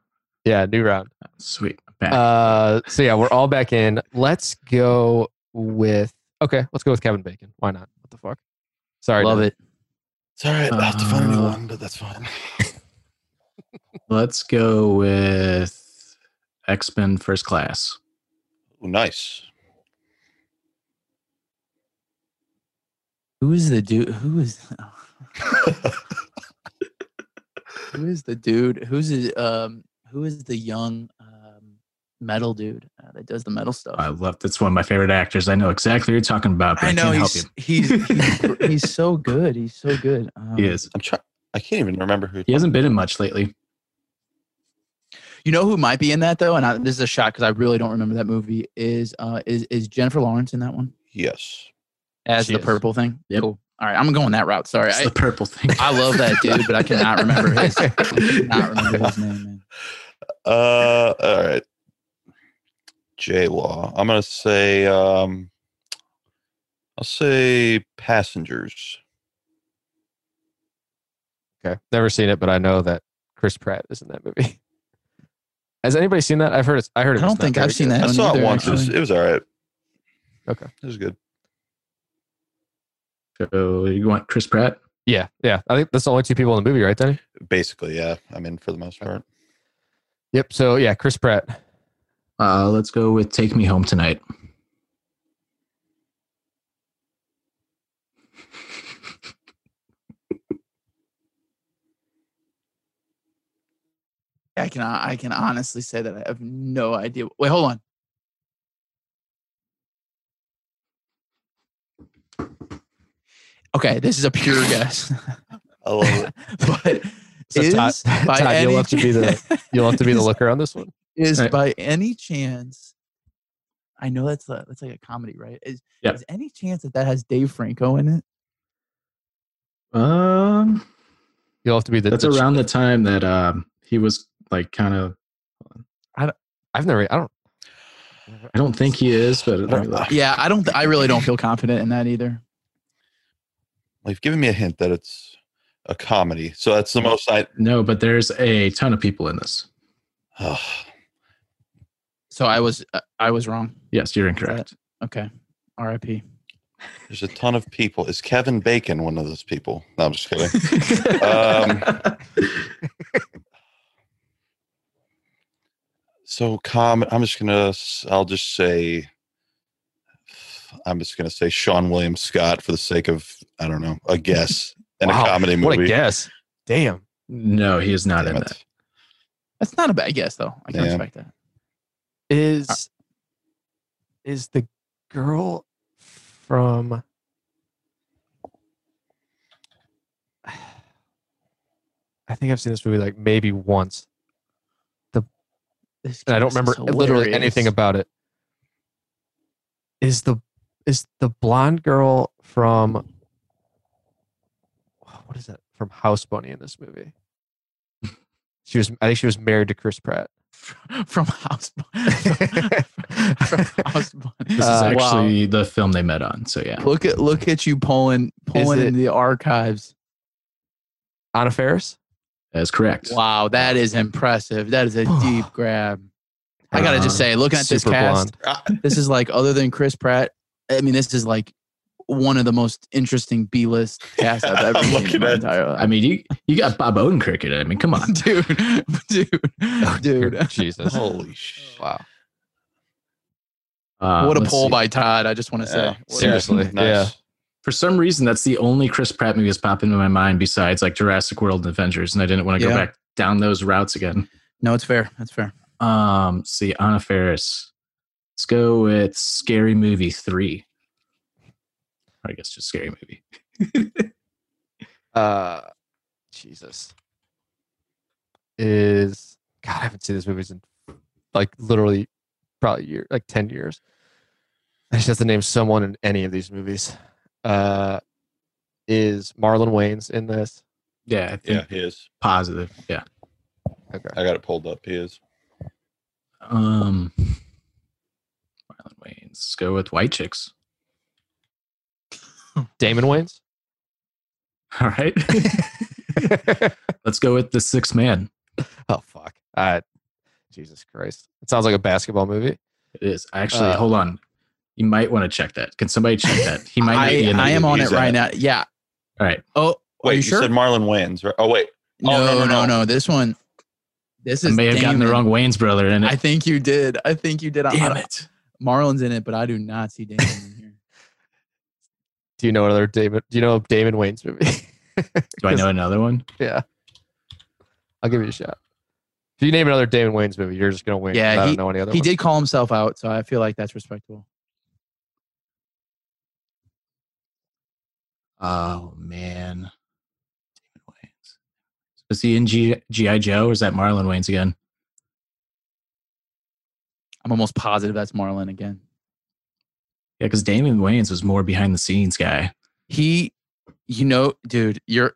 Speaker 1: yeah, new round.
Speaker 4: Sweet. I'm Back.
Speaker 1: Uh, so yeah, we're all back in. Let's go with okay. Let's go with Kevin Bacon. Why not? What the fuck? Sorry,
Speaker 2: Love
Speaker 1: Denny.
Speaker 2: it.
Speaker 3: It's all right. I'll have to find a new
Speaker 4: Uh,
Speaker 3: one, but that's fine.
Speaker 4: Let's go with X Men First Class.
Speaker 3: Ooh, nice.
Speaker 2: Who is the dude? Who is who is the dude? Who's his, um who is the young um, metal dude uh, that does the metal stuff?
Speaker 4: I love that's one of my favorite actors. I know exactly what you're talking about, but I, can't help you.
Speaker 2: he's, he's gr- he's so good. He's so good. Um,
Speaker 4: He is.
Speaker 3: I'm trying. I can't even remember who.
Speaker 4: He hasn't been in much lately.
Speaker 2: You know who might be in that though, and I, this is a shot because I really don't remember that movie. Is uh is is Jennifer Lawrence in that one
Speaker 3: Yes.
Speaker 2: as
Speaker 1: She
Speaker 2: the
Speaker 1: is.
Speaker 2: purple thing?
Speaker 4: Yep.
Speaker 2: Cool. All right, I'm going that route. Sorry,
Speaker 4: It's
Speaker 2: I,
Speaker 4: the purple thing.
Speaker 2: I love that dude, but I cannot remember his. I cannot remember his name, man.
Speaker 3: Uh, all right. J Law. I'm gonna say. Um, I'll say passengers.
Speaker 1: Okay, never seen it, but I know that Chris Pratt is in that movie. Has anybody seen that? I've heard. It's, I heard. It
Speaker 2: I
Speaker 1: was
Speaker 2: don't
Speaker 1: not
Speaker 2: think
Speaker 1: very
Speaker 2: I've seen
Speaker 1: good.
Speaker 2: that.
Speaker 3: I
Speaker 2: one
Speaker 3: saw it
Speaker 2: either,
Speaker 3: once. It was,
Speaker 2: actually.
Speaker 3: it was all right.
Speaker 1: Okay.
Speaker 3: It was good.
Speaker 4: So you want Chris Pratt?
Speaker 1: Yeah, yeah. I think that's the only two people in the movie, right, Denny?
Speaker 3: Basically, yeah. I mean, for the most part.
Speaker 1: Yep. So yeah, Chris Pratt.
Speaker 4: Uh, let's go with Take Me Home Tonight.
Speaker 2: I can uh, I can honestly say that I have no idea. Wait, hold on. Okay, this is a pure guess,
Speaker 3: I love it.
Speaker 2: but
Speaker 1: So
Speaker 2: is
Speaker 1: Todd,
Speaker 2: by
Speaker 1: Todd,
Speaker 2: any
Speaker 1: you'll have to be the you'll have to be the looker on this one.
Speaker 2: is
Speaker 4: Right.
Speaker 2: by any chance i know that's a, that's like a comedy right is,
Speaker 4: Yeah.
Speaker 2: is any chance that that has dave franco in it
Speaker 4: Um,
Speaker 1: You'll have to be the.
Speaker 4: that's
Speaker 1: the ch-
Speaker 4: around the time that um he was like kind of.
Speaker 1: I've never. I don't.
Speaker 4: I don't think he is, but let me look.
Speaker 2: yeah i don't th- i really don't feel confident in that either
Speaker 3: Well, you've given me a hint that it's a comedy, so that's the most I.
Speaker 4: no, but there's a ton of people in this.
Speaker 3: Oh,
Speaker 2: so i was uh, i was wrong
Speaker 4: Yes, you're incorrect.
Speaker 2: okay rip
Speaker 3: there's a ton of people. Is Kevin Bacon one of those people? No, I'm just kidding. Um, so com. I'm just gonna. s- I'll just say. I'm just gonna say Sean William Scott for the sake of I don't know a guess and
Speaker 1: Wow,
Speaker 3: a comedy
Speaker 1: What
Speaker 3: movie.
Speaker 1: a guess! Damn.
Speaker 4: no, he is not
Speaker 3: Damn
Speaker 4: in
Speaker 3: it.
Speaker 4: that.
Speaker 2: that's not a bad guess though i can
Speaker 3: Yeah.
Speaker 2: respect that
Speaker 1: Is is the girl from? I think I've seen this movie like maybe once,
Speaker 2: This
Speaker 1: and I don't
Speaker 2: guess
Speaker 1: remember
Speaker 2: is
Speaker 1: literally anything
Speaker 2: hilarious.
Speaker 1: about it. Is the is the blonde girl from? What is that from House Bunny in this movie? She was. I think she was married to Chris Pratt.
Speaker 2: from house from house
Speaker 4: This is
Speaker 1: Uh, wow.
Speaker 4: actually the film they met on. So yeah,
Speaker 2: look at look at you pulling pulling
Speaker 1: it-
Speaker 2: in the archives
Speaker 1: Anna Faris.
Speaker 4: that is correct.
Speaker 2: Wow, that is impressive. That is a deep grab. I gotta just
Speaker 4: Uh,
Speaker 2: say, looking at this
Speaker 1: Um, Super
Speaker 2: cast,
Speaker 3: blonde.
Speaker 2: this is like other than Chris Pratt. I mean, this is like one of the most interesting B-list cast I've ever
Speaker 3: I'm
Speaker 2: seen in
Speaker 3: looking
Speaker 2: my
Speaker 3: at-
Speaker 2: entire life.
Speaker 4: I mean, you you got Bob Odenkirk in it. I mean, come on.
Speaker 2: dude, dude, dude.
Speaker 1: Jesus.
Speaker 3: Holy shit!
Speaker 1: Wow.
Speaker 4: Uh,
Speaker 2: What a
Speaker 4: let's
Speaker 2: poll
Speaker 4: Um, see.
Speaker 2: by Todd. I just want to say.
Speaker 3: Yeah.
Speaker 2: What a-
Speaker 1: Seriously, yeah.
Speaker 4: For some reason, that's the only Chris Pratt movie that's popped into my mind besides like Jurassic World and Avengers, and I didn't want to
Speaker 2: Yeah.
Speaker 4: go back down those routes again.
Speaker 2: No, it's fair. That's fair.
Speaker 4: Um, let's see Anna Ferris. Let's go with Scary Movie Three. Or I guess just Scary Movie.
Speaker 1: Uh, Jesus. Is God? I haven't seen these movies in like literally probably year like ten years. I just have to name someone in any of these movies. Uh, is Marlon Wayne's in this?
Speaker 4: Yeah, I think
Speaker 3: Yeah, he is.
Speaker 4: positive. Yeah.
Speaker 1: Okay.
Speaker 2: Uh,
Speaker 3: I got it pulled up. He is.
Speaker 4: Um, Marlon Wayans. Let's go with White Chicks.
Speaker 1: Damon Wayne's.
Speaker 4: All right. Let's go with The Sixth Man.
Speaker 1: oh fuck! Uh, Jesus Christ! It sounds like a basketball movie.
Speaker 4: It is actually.
Speaker 1: Uh,
Speaker 4: hold on. You might want to check that. Can somebody check that? He might. Not be
Speaker 2: I,
Speaker 4: in the
Speaker 2: I am
Speaker 4: movie.
Speaker 2: on it
Speaker 3: He's
Speaker 2: right
Speaker 3: at-
Speaker 2: now. Yeah.
Speaker 4: All right.
Speaker 2: Oh,
Speaker 3: Wait,
Speaker 2: are you
Speaker 3: you
Speaker 2: sure?
Speaker 3: said Marlon Wayans, right? Oh wait,
Speaker 2: no,
Speaker 3: oh,
Speaker 2: no, no, no,
Speaker 3: no.
Speaker 2: This one. This
Speaker 4: I
Speaker 2: is.
Speaker 4: may have gotten the
Speaker 2: Damon.
Speaker 4: wrong Wayne's brother in it.
Speaker 2: I think you did. I think you did. I-
Speaker 4: Damn
Speaker 2: I-
Speaker 4: it.
Speaker 2: Marlon's in it, but I do not see Damon in here.
Speaker 1: Do you know another David? Do you know a Damon Wayne's movie?
Speaker 4: Do I know another one?
Speaker 1: Yeah. I'll give you a shot. If you name another Damon Wayne's movie, you're just gonna win. 'cause
Speaker 2: Yeah,
Speaker 1: I
Speaker 2: he-
Speaker 1: don't know any other.
Speaker 2: He
Speaker 1: one.
Speaker 2: did call himself out, so I feel like that's respectable.
Speaker 4: Oh man. Damon Wayans. Is he in G- G.I. Joe or is that Marlon Wayans again?
Speaker 2: I'm almost positive that's Marlon again.
Speaker 4: Yeah, because Damon Wayans was more behind the scenes guy.
Speaker 2: He, you know, dude, you're.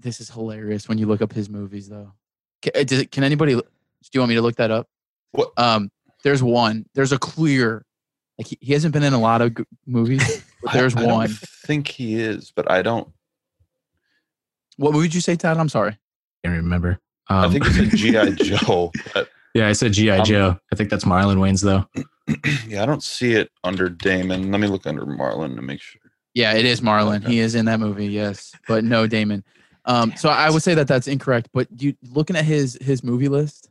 Speaker 2: This is hilarious when you look up his movies, though. Can, does it, can anybody? Do you want me to look that up?
Speaker 3: What-
Speaker 2: Um, there's one. There's a clear. Like he, he hasn't been in a lot of g- movies, but
Speaker 3: I-
Speaker 2: there's
Speaker 3: I don't
Speaker 2: one.
Speaker 3: think he is, but I don't.
Speaker 2: What movie did you say, Todd? I'm sorry.
Speaker 4: Can't remember. Um,
Speaker 3: I think it's a GI Joe. But
Speaker 4: yeah, I said G.I.
Speaker 3: Um,
Speaker 4: Joe. I think that's Marlon Wayans though.
Speaker 3: yeah, I don't see it under Damon. Let me look under Marlon to make sure.
Speaker 2: Yeah, it is Marlon.
Speaker 3: Okay.
Speaker 2: He is in that movie, yes, but no Damon. Um, so I would say that that's incorrect. But you looking at his his movie list,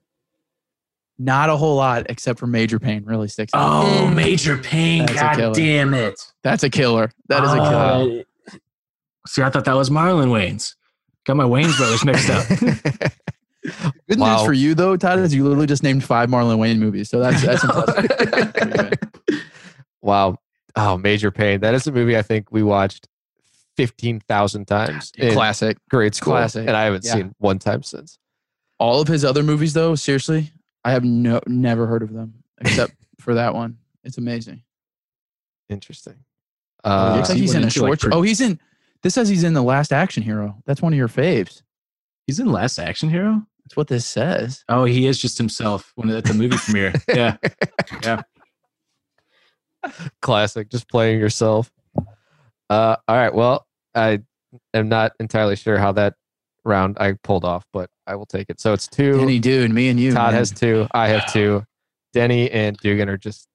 Speaker 2: not a whole lot except for Major Pain really sticks. out.
Speaker 4: Oh, Major Pain.
Speaker 2: Mm. That's a killer.
Speaker 4: God damn it.
Speaker 2: that's a killer. That is a killer.
Speaker 1: killer.
Speaker 4: Oh. See, I thought that was Marlon Wayans. Got my Wayans brothers mixed up.
Speaker 2: Good
Speaker 1: Wow.
Speaker 2: news for you though, Todd, is you literally just named five Marlon Wayne movies. So that's that's impressive. Pretty good.
Speaker 1: wow. Oh, Major Pain. That is a movie I think we watched fifteen thousand times in
Speaker 2: Classic.
Speaker 1: grade school,
Speaker 2: Classic.
Speaker 1: and I haven't
Speaker 2: Yeah.
Speaker 1: seen one time since.
Speaker 2: All of his other movies though, seriously, I have no never heard of them except for that one. It's amazing.
Speaker 1: Interesting.
Speaker 2: It
Speaker 1: Uh,
Speaker 2: looks like
Speaker 4: he
Speaker 2: he's in a
Speaker 4: went into, like,
Speaker 2: short.
Speaker 4: pro-
Speaker 2: oh, he's in. This says he's in the Last Action Hero. That's one of your faves.
Speaker 4: He's in Last Action Hero?
Speaker 2: That's what this says.
Speaker 4: Oh, he is just himself when at the movie premiere. Yeah.
Speaker 1: classic just playing yourself uh all right well i am not entirely sure how that round i pulled off but i will take it so it's two
Speaker 2: Danny, dude, me and you.
Speaker 1: todd
Speaker 2: man.
Speaker 1: has two i have two denny and dugan are just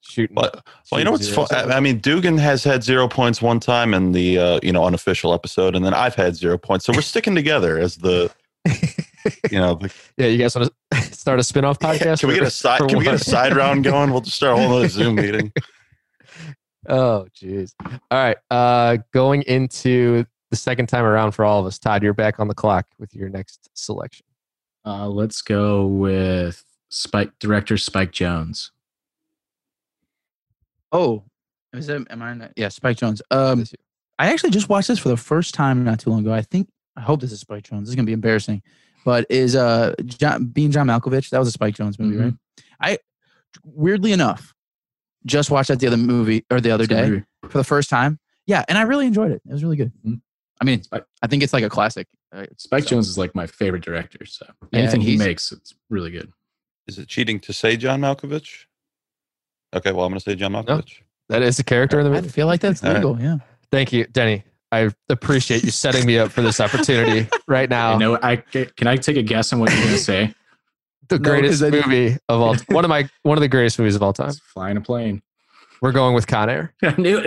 Speaker 1: shooting
Speaker 3: But well, you know what's
Speaker 1: shooting
Speaker 3: fun?
Speaker 1: zeros.
Speaker 3: I, I mean, Dugan has had zero points one time in the uh, you know unofficial episode, and then I've had zero points. So we're sticking together as the you know. The,
Speaker 1: yeah you guys want to start a spin-off podcast
Speaker 3: can we get
Speaker 1: or-
Speaker 3: a side?
Speaker 1: for
Speaker 3: Can we get a
Speaker 1: what?
Speaker 3: side round going? We'll just start a whole other Zoom meeting.
Speaker 1: oh jeez all right uh going into the second time around for all of us todd you're back on the clock with your next selection
Speaker 4: Uh, let's go with Spike director Spike Jones.
Speaker 2: Oh, is it? Am I? Not, yeah, Spike Jones. Um, I actually just watched this for the first time not too long ago. I think. I hope this is Spike Jones. This is gonna be embarrassing, but is uh John, being John Malkovich that was a Spike Jones movie, right? I weirdly enough just watched that the other movie or the other
Speaker 4: It's a good
Speaker 2: day
Speaker 4: movie.
Speaker 2: for the first time. Yeah, and I really enjoyed it. It was really good.
Speaker 4: Mhm.
Speaker 2: I mean,
Speaker 4: Spike-
Speaker 2: I think it's like a classic. Uh,
Speaker 4: Spike
Speaker 2: so-
Speaker 4: Jones is like my favorite director. So
Speaker 2: Yeah,
Speaker 4: anything he
Speaker 2: he's-
Speaker 4: makes, it's really good.
Speaker 3: Is it cheating to say John Malkovich? Okay, well I'm going to say John Malkovich.
Speaker 1: that is a character in the
Speaker 2: I
Speaker 1: movie
Speaker 2: feel like that's
Speaker 3: All right.
Speaker 2: legal. Yeah.
Speaker 1: Thank you, Denny. I appreciate you setting me up for this opportunity right
Speaker 4: I
Speaker 1: now.
Speaker 4: know. I can I take a guess on what you're gonna say?
Speaker 1: the
Speaker 2: No,
Speaker 1: greatest
Speaker 2: 'cause I didn't-
Speaker 1: movie of all time. One of my one of the greatest movies of all time.
Speaker 4: It's flying a plane.
Speaker 1: We're going with Con Air.
Speaker 4: I knew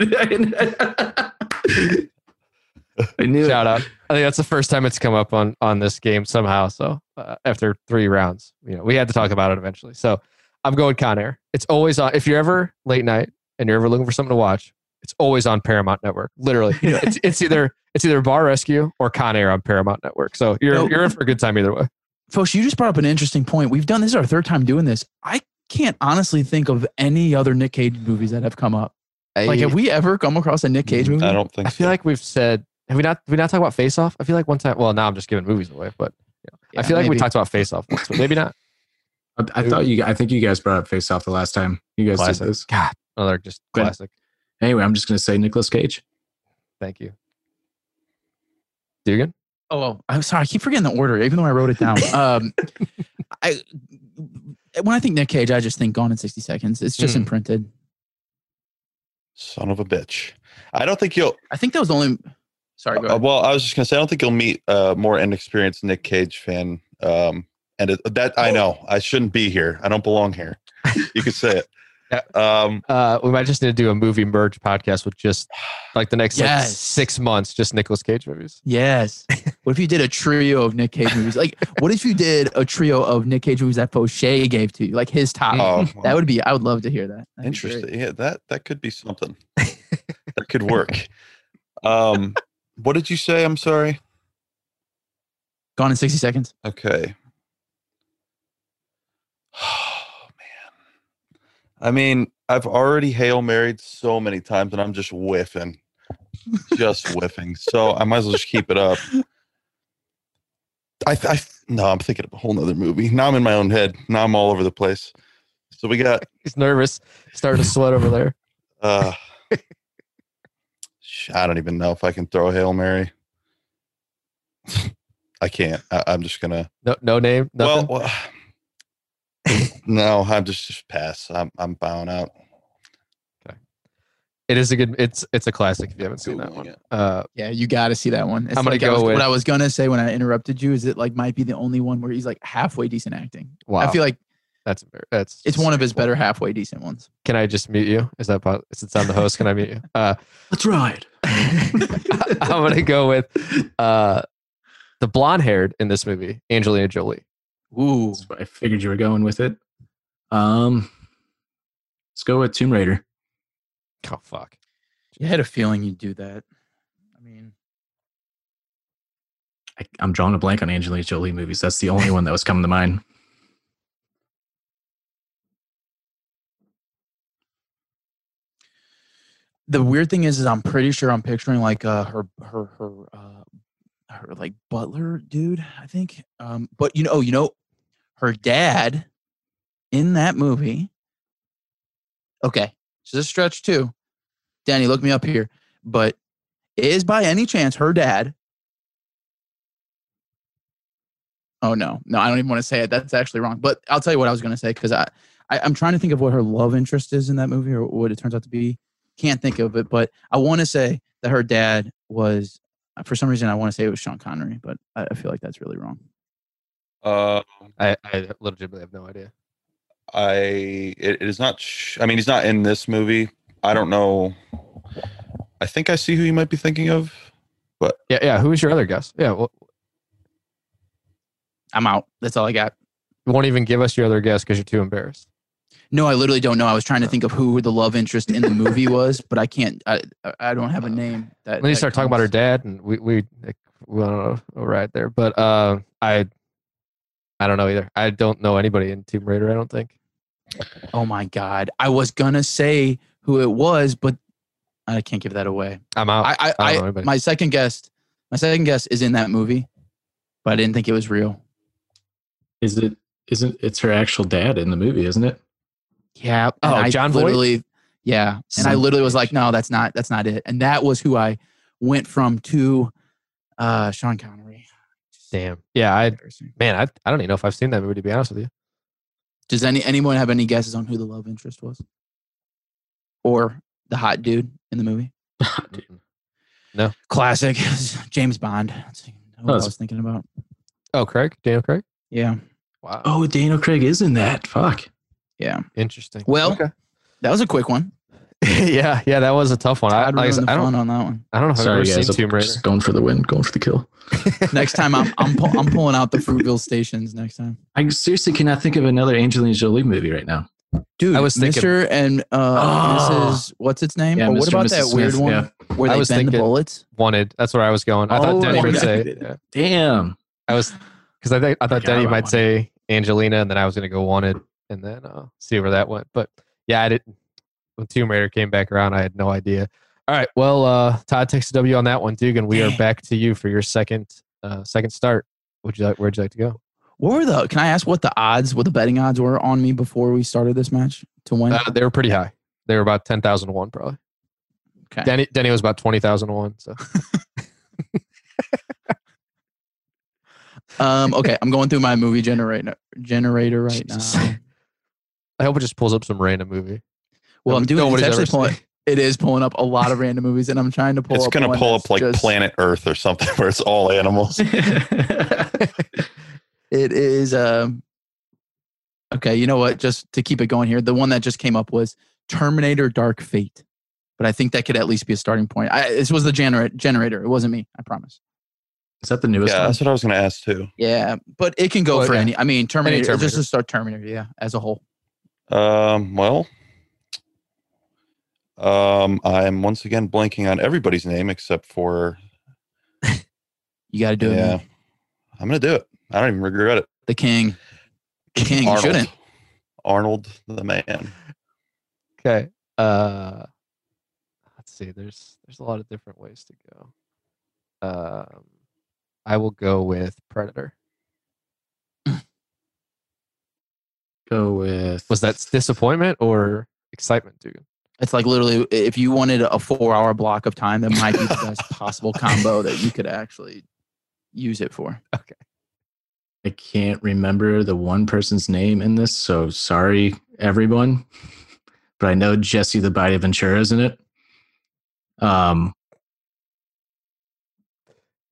Speaker 4: it. I knew
Speaker 1: Shout
Speaker 4: it.
Speaker 1: out. I think that's the first time it's come up on on this game somehow. So uh, after three rounds, you know, we had to talk about it eventually. So I'm going Con Air. It's always on. If you're ever late night and you're ever looking for something to watch, It's always on Paramount Network. Literally, it's, it's either it's either Bar Rescue or Con Air on Paramount Network. So you're
Speaker 2: Nope.
Speaker 1: you're in for a good time either way.
Speaker 2: Fosh, you just brought up an interesting point. We've done this is our third time doing this. I can't honestly think of any other Nick Cage movies that have come up. Like, have we ever come across a Nick Cage movie?
Speaker 3: Mm, I don't think
Speaker 1: I feel
Speaker 3: so.
Speaker 1: like we've said have we not did we not talk about Face Off? I feel like one time. Well, now I'm just giving movies away, but
Speaker 2: Yeah,
Speaker 1: I feel like we
Speaker 2: maybe.
Speaker 1: talked about Face Off once, but maybe not.
Speaker 4: I, I thought you. I think you guys brought up Face Off the last time you guys
Speaker 1: Classic.
Speaker 4: did this.
Speaker 1: God, another just
Speaker 4: Good.
Speaker 1: classic.
Speaker 4: Anyway, I'm just gonna say Nicolas Cage.
Speaker 1: Thank you. Dugan.
Speaker 2: Oh, I'm sorry. I keep forgetting the order, even though I wrote it down. Um, I when I think Nick Cage, I just think Gone in 60 Seconds. It's just
Speaker 1: Hmm.
Speaker 2: imprinted.
Speaker 3: son of a bitch. I don't think you'll.
Speaker 2: I think that was the only. Sorry, go
Speaker 3: uh,
Speaker 2: ahead.
Speaker 3: well, I was just gonna say I don't think you'll meet a more inexperienced Nick Cage fan. Um, and it, that I know I shouldn't be here. I don't belong here. You could say it.
Speaker 1: Yeah.
Speaker 3: Um,
Speaker 1: Uh, we might just need to do a movie merge podcast with just like the next like,
Speaker 2: Yes.
Speaker 1: six months, just Nicolas Cage movies.
Speaker 2: Yes. What if you did a trio of Nick Cage movies? Like, what if you did a trio of Nick Cage movies that Foshay gave to you, like his top?
Speaker 3: oh,
Speaker 2: that would be. I would love to hear that. That'd be great.
Speaker 3: interesting. Yeah, that that could be something. that could work. Um, what did you say? I'm sorry.
Speaker 2: Gone in 60 Seconds.
Speaker 3: Okay. Oh man. I mean, I've already hail married so many times, and I'm just whiffing, just whiffing. So I might as well just keep it up. I, th- I th- no, I'm thinking of a whole nother movie. Now I'm in my own head. Now I'm all over the place. So we got
Speaker 1: He's nervous, starting to sweat over there.
Speaker 3: uh, sh- I don't even know if I can throw a hail mary. I can't. I, I'm just gonna.
Speaker 1: No, no name. Nothing.
Speaker 3: Well, well, no, I'm just just pass. I'm I'm bowing out.
Speaker 1: it is a good. It's it's a classic. If you haven't seen that
Speaker 3: Googling
Speaker 1: one,
Speaker 3: it.
Speaker 1: uh,
Speaker 2: Yeah, you got to see that one. It's
Speaker 1: I'm gonna
Speaker 2: like I was-
Speaker 1: go with-
Speaker 2: what I was gonna say when I interrupted you is it like might be the only one where he's like halfway decent acting.
Speaker 1: wow.
Speaker 2: I feel like
Speaker 1: that's embar- that's
Speaker 2: it's one of his better halfway decent ones.
Speaker 1: Can I just mute you? Is that po- since I'm the host? Can I mute you? Uh,
Speaker 4: Let's ride.
Speaker 1: I'm gonna go with uh, the blonde haired in this movie, Angelina Jolie.
Speaker 2: Ooh,
Speaker 4: That's what I figured you were going with it. Um, let's go with Tomb Raider.
Speaker 1: Oh fuck.
Speaker 2: you had a feeling you'd do that. I mean,
Speaker 4: I, I'm drawing a blank on Angelina Jolie movies. That's the only one that was coming to mind.
Speaker 2: the weird thing is, is I'm pretty sure I'm picturing like uh her her her uh her like butler dude. I think. Um, but you know, you know, her dad in that movie. Okay, so this stretch too. Danny, look me up here. But is by any chance her dad? Oh no, no, I don't even want to say it. That's actually wrong. But I'll tell you what I was going to say because I, I I'm trying to think of what her love interest is in that movie or what it turns out to be. Can't think of it, but I want to say that her dad was. For some reason, I want to say it was Sean Connery, but I I feel like that's really wrong.
Speaker 3: Uh,
Speaker 1: I, I legitimately have no idea.
Speaker 3: I it, it is not. Sh- I mean, he's not in this movie. I don't know. I think I see who you might be thinking of.
Speaker 1: Yeah, yeah. Who was your other guess? Yeah, well,
Speaker 2: I'm out. That's all I got.
Speaker 1: you won't even give us your other guess because you're too embarrassed.
Speaker 2: No, I literally don't know. I was trying to think of who the love interest in the movie was, but I can't. I I- I don't have a name. That
Speaker 1: Then you
Speaker 2: that
Speaker 1: start talking about her
Speaker 2: comes-
Speaker 1: dad, and we we like, we went on a a ride there. But uh, I I don't know either. I don't know anybody in Tomb Raider. I don't think.
Speaker 2: Oh my god! I was gonna say who it was, but I can't give that away.
Speaker 1: I'm out. Oh,
Speaker 2: I
Speaker 1: I
Speaker 2: I,
Speaker 1: don't know
Speaker 2: I,
Speaker 1: anybody.
Speaker 2: my second guest, my second guest is in that movie, but I didn't think it was real.
Speaker 4: Is it? Isn't it's her actual dad in the movie? Isn't it?
Speaker 2: Yeah. and
Speaker 1: Oh,
Speaker 2: I
Speaker 1: John Voight?
Speaker 2: literally. Yeah, and I
Speaker 4: Son
Speaker 2: literally was like, no, that's not that's not it, and that was who I went from to uh Sean Connery.
Speaker 1: Damn. Yeah. I
Speaker 2: Embarrassing.
Speaker 1: man. I I don't even know if I've seen that movie to be honest with you.
Speaker 2: Does any anyone have any guesses on who the love interest was, or the hot dude in the movie?
Speaker 4: Dude.
Speaker 2: Classic James Bond. That's what I
Speaker 4: that's-
Speaker 2: was thinking about.
Speaker 1: Oh, Craig. Daniel Craig.
Speaker 2: Yeah,
Speaker 1: Wow.
Speaker 4: Oh, Daniel Craig is in that. Fuck.
Speaker 2: yeah.
Speaker 1: Interesting.
Speaker 2: Well-
Speaker 1: Okay.
Speaker 2: That was a quick one.
Speaker 1: yeah. Yeah. That was a tough one. I,
Speaker 2: I'd
Speaker 1: like I,
Speaker 2: ruin
Speaker 1: said,
Speaker 2: the
Speaker 1: I
Speaker 2: fun
Speaker 1: don't.
Speaker 2: on that one.
Speaker 1: I don't know if I've
Speaker 4: Sorry,
Speaker 1: ever
Speaker 4: guys.
Speaker 1: seen
Speaker 4: I'm
Speaker 1: Tomb Raider.
Speaker 4: just going for the win. Going for the kill.
Speaker 2: Next time, I'm I'm pull, I'm pulling out the Fruitville stations next time.
Speaker 4: I seriously cannot think of another Angelina Jolie movie right now.
Speaker 2: Dude,
Speaker 1: I was thinking- Ah!
Speaker 2: Mr. and uh,
Speaker 4: Oh.
Speaker 2: Mrs. What's its name?
Speaker 4: Yeah,
Speaker 2: or what
Speaker 4: Mr.
Speaker 2: about
Speaker 4: Mrs.
Speaker 2: that weird
Speaker 4: Smith,
Speaker 2: one
Speaker 4: yeah.
Speaker 2: where
Speaker 1: I
Speaker 2: they
Speaker 1: was
Speaker 2: bend the
Speaker 1: thinking-
Speaker 2: bullets?
Speaker 1: Wanted. That's where I was going. I
Speaker 2: Oh,
Speaker 1: thought Denny
Speaker 2: yeah.
Speaker 1: would say. yeah.
Speaker 4: Damn.
Speaker 1: I was because I think I thought
Speaker 4: Forgot
Speaker 1: Denny
Speaker 4: about
Speaker 1: might
Speaker 4: Wanted.
Speaker 1: say Angelina, and then I was gonna go Wanted, and then uh, see where that went. But yeah, I didn't. When Tomb Raider came back around, I had no idea. All right, well, uh, Todd takes a W on that one, Dugan. We are
Speaker 2: Dang.
Speaker 1: back to you for your second uh, second start. Would you like? Where'd you like to go?
Speaker 2: What were the? Can I ask what the odds, what the betting odds were on me before we started this match to win?
Speaker 1: Uh, they were pretty high. They were about ten thousand one, probably.
Speaker 2: Okay.
Speaker 1: Denny Denny was about twenty thousand one. So
Speaker 2: um, okay, I'm going through my movie generator generator right
Speaker 1: Jesus.
Speaker 2: now.
Speaker 1: I hope it just pulls up some random movie.
Speaker 2: Well, I'm doing it's
Speaker 1: Nobody's
Speaker 2: actually
Speaker 1: ever
Speaker 2: pulling. It is pulling up a lot of random movies, and I'm trying to pull.
Speaker 3: it's
Speaker 2: up
Speaker 3: gonna
Speaker 2: one
Speaker 3: pull up
Speaker 2: that's
Speaker 3: like
Speaker 2: just-
Speaker 3: Planet Earth or something where it's all animals.
Speaker 2: It is. Um, okay, you know what? Just to keep it going here, the one that just came up was Terminator: Dark Fate, but I think that could at least be a starting point. I, this was the genera- generator. It wasn't me. I promise.
Speaker 4: Is that the newest
Speaker 3: yeah,
Speaker 4: one?
Speaker 3: that's what I was gonna ask too.
Speaker 2: Yeah, but it can go
Speaker 1: Well,
Speaker 2: for
Speaker 1: yeah.
Speaker 2: any. I mean, Terminator, Just
Speaker 1: Terminator.
Speaker 2: to start Terminator, yeah, as a whole.
Speaker 3: Um, well, um, I'm once again blanking on everybody's name except for
Speaker 2: You got to do it.
Speaker 3: yeah.
Speaker 2: man.
Speaker 3: I'm gonna do it. I don't even regret it.
Speaker 2: The king. The king. You
Speaker 3: Arnold.
Speaker 2: shouldn't.
Speaker 3: Arnold the man.
Speaker 1: Okay. Uh, let's see. There's there's a lot of different ways to go. Um, I will go with Predator.
Speaker 4: Go with.
Speaker 1: Was that disappointment or excitement, dude?
Speaker 2: It's like literally, if you wanted a four-hour block of time, that might be the best possible combo that you could actually use it for.
Speaker 4: I can't remember the one person's name in this, so sorry, everyone. But I know Jesse the Body Ventura is in it. Um,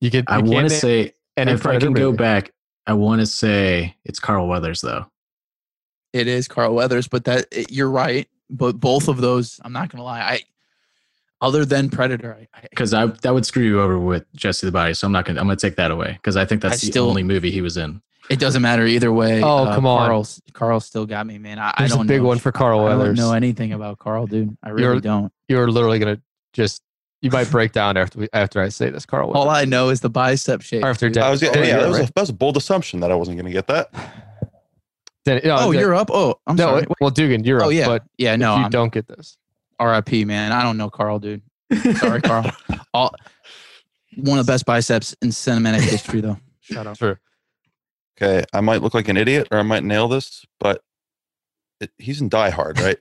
Speaker 1: You could.
Speaker 4: I
Speaker 1: you
Speaker 4: want
Speaker 1: can't
Speaker 4: to
Speaker 1: name
Speaker 4: say, and
Speaker 1: any
Speaker 4: if I
Speaker 1: Predator
Speaker 4: can go
Speaker 1: movie.
Speaker 4: back, I want to say it's Carl Weathers, though.
Speaker 2: It is Carl Weathers, but that it- you're right. But both of those, I'm not gonna lie. I, other than Predator, I, I,
Speaker 4: because I that would screw you over with Jesse the Body. So I'm not gonna I'm gonna take that away because I think that's the
Speaker 2: still-
Speaker 4: only movie he was in.
Speaker 2: it doesn't matter either way. Uh,
Speaker 1: Oh, come on.
Speaker 2: Carl's Carl still got me, man. I, I
Speaker 1: There's a
Speaker 2: don't
Speaker 1: big
Speaker 2: know.
Speaker 1: one for Carl
Speaker 2: I don't
Speaker 1: Weathers.
Speaker 2: know anything about Carl, dude. I really
Speaker 1: You're-
Speaker 2: don't.
Speaker 1: You're literally gonna just. You might break down after we, after I say this, Carl.
Speaker 2: All
Speaker 1: Weathers.
Speaker 2: I know is the bicep shape.
Speaker 1: Or if they're
Speaker 2: dude.
Speaker 1: dead.
Speaker 3: I was
Speaker 1: Oh,
Speaker 3: gonna, yeah,
Speaker 1: yeah,
Speaker 3: that was, a,
Speaker 1: right.
Speaker 3: that was a bold assumption that I wasn't gonna get that.
Speaker 1: Denny- no,
Speaker 2: Oh,
Speaker 1: Denny-
Speaker 2: you're up. Oh, I'm
Speaker 1: no.
Speaker 2: sorry.
Speaker 1: Well, Dugan, you're
Speaker 2: Oh,
Speaker 1: up,
Speaker 2: yeah.
Speaker 1: But
Speaker 2: Yeah, no,
Speaker 1: if you
Speaker 2: I'm
Speaker 1: don't get this.
Speaker 2: RIP, man. I don't know Carl, dude. Sorry, Carl. All, one of the best biceps in cinematic history, though.
Speaker 1: Shut up. True.
Speaker 3: Okay, I might look like an idiot or I might nail this, but it, he's in Die Hard, right?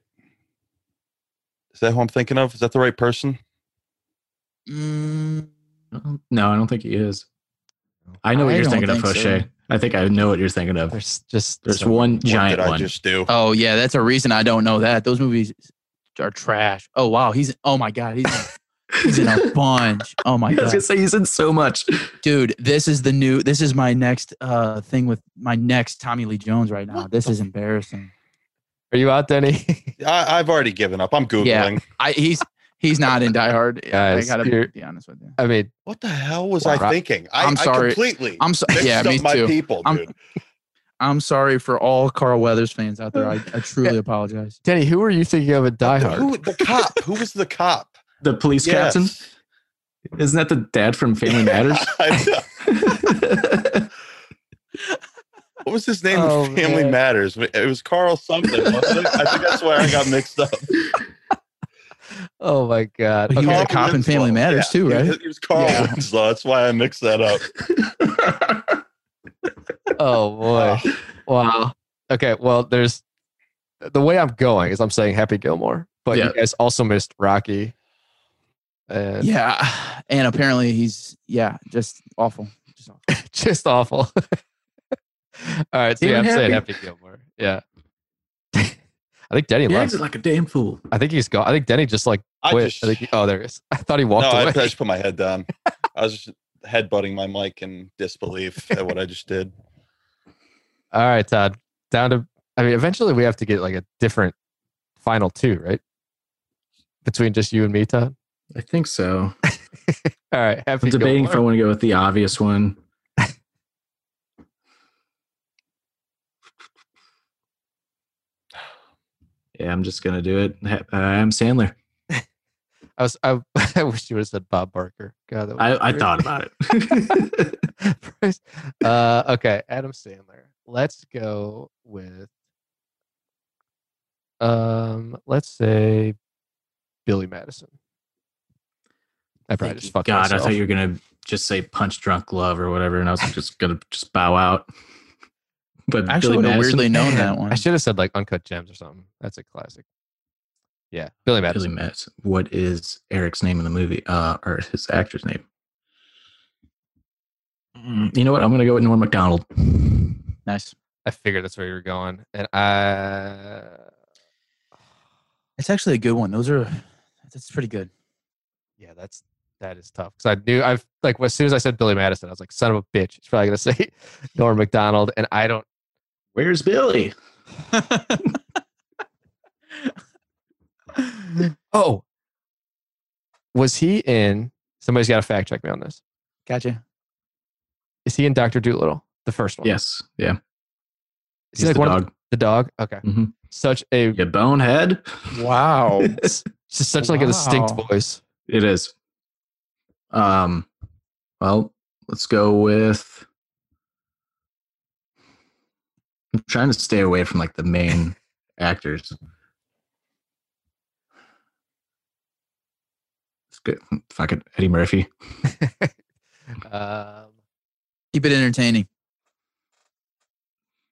Speaker 3: Is that who I'm thinking of? Is that the right person?
Speaker 2: Mm,
Speaker 4: no, I don't think he is. I know what
Speaker 2: I
Speaker 4: you're
Speaker 2: don't
Speaker 4: thinking of,
Speaker 2: think so.
Speaker 4: Foshe. I think I know what you're thinking of.
Speaker 1: There's just
Speaker 4: There's
Speaker 1: so-
Speaker 4: one
Speaker 3: what
Speaker 4: giant
Speaker 3: did I
Speaker 4: one.
Speaker 3: just do?
Speaker 2: Oh yeah, that's a reason I don't know that. Those movies are trash. Oh wow, he's oh my god, he's in- he's in a bunch. Oh my
Speaker 4: I was
Speaker 2: god,
Speaker 4: gonna say he's in so much.
Speaker 2: dude, this is the new. This is my next uh thing with my next Tommy Lee Jones right now. This is embarrassing.
Speaker 1: Are you out, Denny?
Speaker 3: I, I've already given up. I'm googling.
Speaker 2: Yeah. I he's he's not in Die Hard.
Speaker 1: Guys,
Speaker 2: I gotta
Speaker 1: you're-
Speaker 2: be honest with you.
Speaker 1: I mean,
Speaker 3: What the hell was
Speaker 1: Wow.
Speaker 3: I thinking? I,
Speaker 2: I'm
Speaker 3: I
Speaker 2: sorry.
Speaker 3: completely
Speaker 2: I'm sorry.
Speaker 3: mixed
Speaker 2: Yeah,
Speaker 3: up
Speaker 2: me
Speaker 3: my
Speaker 2: too.
Speaker 3: people,
Speaker 2: I'm-
Speaker 3: dude.
Speaker 2: I'm sorry for all Carl Weathers fans out there. I, I truly apologize.
Speaker 1: Denny, who are you thinking of at Die Hard?
Speaker 3: Who the cop? Who was the cop?
Speaker 4: The police captain
Speaker 3: Yes.
Speaker 4: isn't that the dad from Family Matters?
Speaker 3: I know. what was his name? in
Speaker 1: Oh,
Speaker 3: Family
Speaker 1: man.
Speaker 3: Matters. It was Carl something. Wasn't it? I think that's why I got mixed up.
Speaker 1: Oh my god.
Speaker 2: But he was
Speaker 1: Okay.
Speaker 2: a cop in Family Matters too,
Speaker 3: he-
Speaker 2: right?
Speaker 3: He was Carl
Speaker 2: Yeah.
Speaker 3: Winslow. That's why I mixed that up.
Speaker 1: Oh boy.
Speaker 3: Oh,
Speaker 1: Wow. Okay. Well, there's the way I'm going is I'm saying Happy Gilmore, but
Speaker 4: Yeah.
Speaker 1: you guys also missed Rocky. And
Speaker 2: Yeah, and apparently he's yeah, just awful. Just awful.
Speaker 1: just awful. All right. So
Speaker 4: Even
Speaker 1: yeah, I'm saying
Speaker 4: Happy.
Speaker 1: Happy Gilmore. Yeah. I think Denny
Speaker 4: he
Speaker 1: left.
Speaker 4: acted like a damn fool.
Speaker 1: I think he's gone. I think Denny just like
Speaker 3: I
Speaker 1: quit. I,
Speaker 3: just,
Speaker 1: think he- oh, there he is. I thought he
Speaker 3: no,
Speaker 1: walked
Speaker 3: I, I
Speaker 1: away.
Speaker 3: just put my head down. I was just headbutting my mic in disbelief at what I just did.
Speaker 1: All right, Todd. Down to I mean, eventually we have to get like a different final two, right? Between just you and me, Todd.
Speaker 4: I think so.
Speaker 1: All right. Happy
Speaker 4: I'm debating if I
Speaker 1: Gilmore.
Speaker 4: want to go with the obvious one. Yeah, I'm just gonna do it. Ha- uh, I'm Sandler.
Speaker 1: I was I, I wish you would have said Bob Barker. God, that would've
Speaker 4: I, I
Speaker 1: been
Speaker 4: thought about it.
Speaker 1: great. Price- uh, okay, Adam Sandler. Let's go with um. Let's say Billy Madison. I probably
Speaker 4: Thank
Speaker 1: just
Speaker 4: you.
Speaker 1: fucked
Speaker 4: God,
Speaker 1: myself.
Speaker 4: I thought you were gonna just say punch drunk love or whatever, and I was just gonna just bow out. But
Speaker 2: I actually
Speaker 4: Billy
Speaker 2: would have
Speaker 4: Madison-
Speaker 2: weirdly known that
Speaker 1: I
Speaker 2: one.
Speaker 1: should have said like Uncut Gems or something. That's a classic. Yeah, Billy Madison.
Speaker 4: Billy Madison. What is Eric's name in the movie? Uh, or his actor's name? Mm, You know what? I'm gonna go with Norm Macdonald.
Speaker 2: Nice.
Speaker 1: I figured that's where you were going, and I.
Speaker 2: It's actually a good one. Those are that's pretty good.
Speaker 1: Yeah, that's that is tough because I knew I've like as soon as I said Billy Madison, I was like, son of a bitch, it's probably gonna say Norm Macdonald, and I don't.
Speaker 4: Where's Billy?
Speaker 1: Oh, was he in? Somebody's got to fact check me on this.
Speaker 2: Gotcha.
Speaker 1: Is he in Doctor Doolittle, the first one?
Speaker 4: Yes. Yeah.
Speaker 1: is
Speaker 4: He's
Speaker 1: he like
Speaker 4: the
Speaker 1: one of
Speaker 4: dog.
Speaker 1: the, the dog? Okay,
Speaker 4: Mhm.
Speaker 1: such a
Speaker 4: You bonehead.
Speaker 2: Wow.
Speaker 1: just such like a distinct
Speaker 2: Wow.
Speaker 1: voice.
Speaker 4: It is. Um, well, let's go with. I'm trying to stay away from like the main actors. It's good. Fuck it, Eddie Murphy.
Speaker 1: Um,
Speaker 2: Keep it entertaining.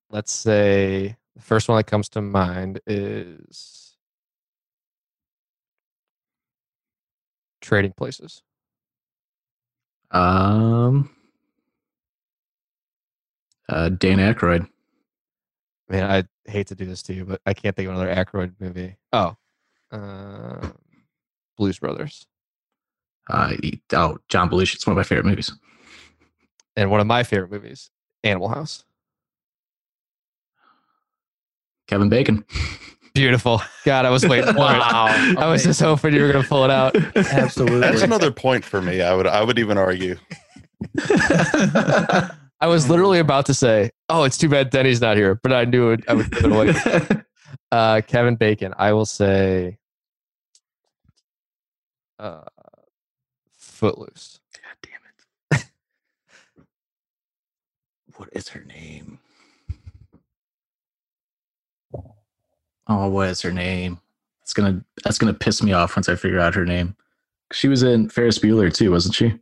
Speaker 1: let's say the first one that comes to mind is Trading Places.
Speaker 4: Um, uh, Dan Aykroyd.
Speaker 1: Man, I hate to do this to you, but I can't think of another Aykroyd movie. Oh, um, Blues Brothers.
Speaker 4: Uh, he- oh, John Belushi. It's one of my favorite movies.
Speaker 1: And one of my favorite movies, Animal House.
Speaker 4: Kevin Bacon.
Speaker 1: Beautiful. God, I was waiting for it. I was just hoping you were going to pull it out.
Speaker 2: Absolutely.
Speaker 3: That's another point for me. I would I would even argue.
Speaker 1: I was literally about to say, oh, it's too bad Denny's not here, but I knew it, I would give it away. Uh, Kevin Bacon, I will say uh, Footloose.
Speaker 4: God damn it. what is her name? Oh, what is her name? It's gonna that's gonna piss me off once I figure out her name. She was in Ferris Bueller too, wasn't she?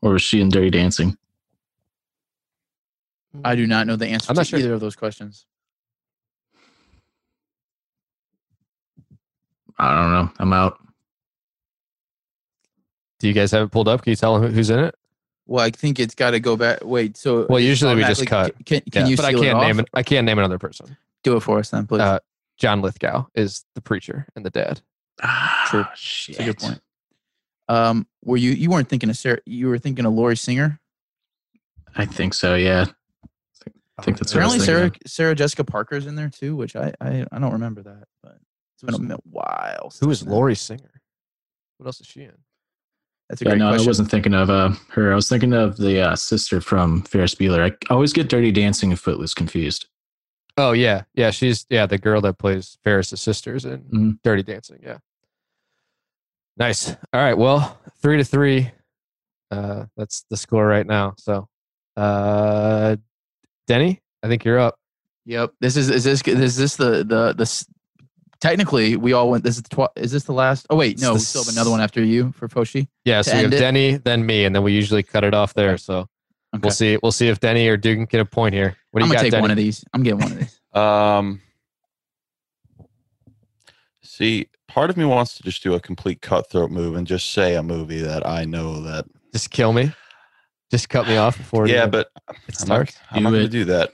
Speaker 4: Or was she in Dirty Dancing?
Speaker 2: I do not know the answer
Speaker 1: I'm not
Speaker 2: to
Speaker 1: sure.
Speaker 2: either of those questions.
Speaker 4: I don't know. I'm out.
Speaker 1: Do you guys have it pulled up? Can you tell who- who's in it?
Speaker 2: Well, I think it's got to go back. Wait, so
Speaker 1: Well, usually we just
Speaker 2: automatically-
Speaker 1: cut.
Speaker 2: Can, can
Speaker 1: Yeah,
Speaker 2: you
Speaker 1: but I
Speaker 2: seal
Speaker 1: can't
Speaker 2: it
Speaker 1: name
Speaker 2: off?
Speaker 1: I can't name another person.
Speaker 2: Do it for us then, please.
Speaker 1: Uh, John Lithgow is the preacher and the dad.
Speaker 2: True.
Speaker 4: Ah, shit.
Speaker 2: That's a good point. Um, were you you weren't thinking of Sarah? You were thinking of Lori Singer.
Speaker 4: I think so, yeah. I think that's what I was
Speaker 2: Apparently,
Speaker 4: thinking
Speaker 2: Sarah
Speaker 4: of.
Speaker 2: Sarah Jessica Parker's in there too, which I I, I don't remember that, but it's been a mi- while.
Speaker 1: Who
Speaker 2: since
Speaker 1: is
Speaker 2: then.
Speaker 1: Lori Singer? What else is she in?
Speaker 2: That's a
Speaker 4: Yeah,
Speaker 2: great
Speaker 4: no,
Speaker 2: question.
Speaker 4: I wasn't thinking of uh, her. I was thinking of the uh, sister from Ferris Bueller. I always get Dirty Dancing and Footloose confused.
Speaker 1: Oh yeah, yeah. She's yeah the girl that plays Ferris's sisters in
Speaker 2: Mm-hmm.
Speaker 4: Mhm.
Speaker 1: Dirty Dancing. Yeah. Nice. All right. Well, three to three. Uh, that's the score right now. So, uh, Denny, I think you're up.
Speaker 2: Yep. This is is this is this the the the s- technically we all went. This is the twi- is this the last? Oh wait,
Speaker 1: It's
Speaker 2: no,
Speaker 1: the
Speaker 2: we still have another one after you for Foshi.
Speaker 1: Yeah. So we have
Speaker 2: end it.
Speaker 1: Denny, then me, and then we usually cut it off there. So
Speaker 2: Okay.
Speaker 1: we'll see. We'll see if Denny or Dugan get a point here. What do
Speaker 2: I'm
Speaker 1: you
Speaker 2: gonna
Speaker 1: got,
Speaker 2: take
Speaker 1: Denny?
Speaker 2: one of these. I'm getting one of these.
Speaker 3: Um, see, part of me wants to just do a complete cutthroat move and just say a movie that I know that.
Speaker 1: Just kill me. Just cut me off before.
Speaker 3: yeah,
Speaker 1: you-
Speaker 3: but
Speaker 1: it
Speaker 3: I'm not,
Speaker 1: starts.
Speaker 3: I'm
Speaker 4: Do
Speaker 3: not going
Speaker 4: it.
Speaker 3: to do that.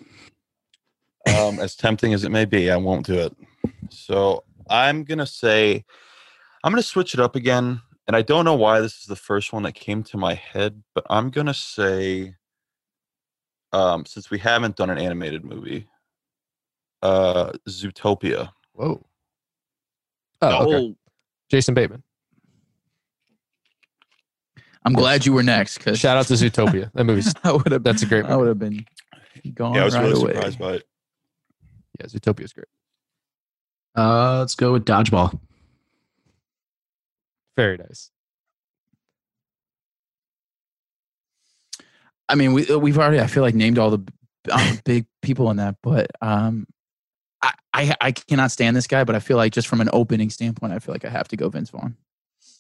Speaker 3: Um, as tempting as it may be, I won't do it. So I'm going to say, I'm going to switch it up again. And I don't know why this is the first one that came to my head, but I'm going to say, um, since we haven't done an animated movie, uh, Zootopia.
Speaker 1: Whoa. Oh, okay. Jason Bateman.
Speaker 2: I'm glad you were next because
Speaker 1: Shout out to Zootopia. That movie's
Speaker 2: I would have.
Speaker 1: That's a great
Speaker 2: I would have been gone
Speaker 3: yeah, I was
Speaker 2: right
Speaker 3: really
Speaker 2: away.
Speaker 3: surprised by it.
Speaker 1: yeah, Zootopia's great.
Speaker 4: Uh, let's go with dodgeball.
Speaker 1: Very nice.
Speaker 2: I mean, we uh, we've already I feel like named all the b- um, big people in that, but um, I, I I cannot stand this guy, but I feel like just from an opening standpoint, I feel like I have to go Vince Vaughn.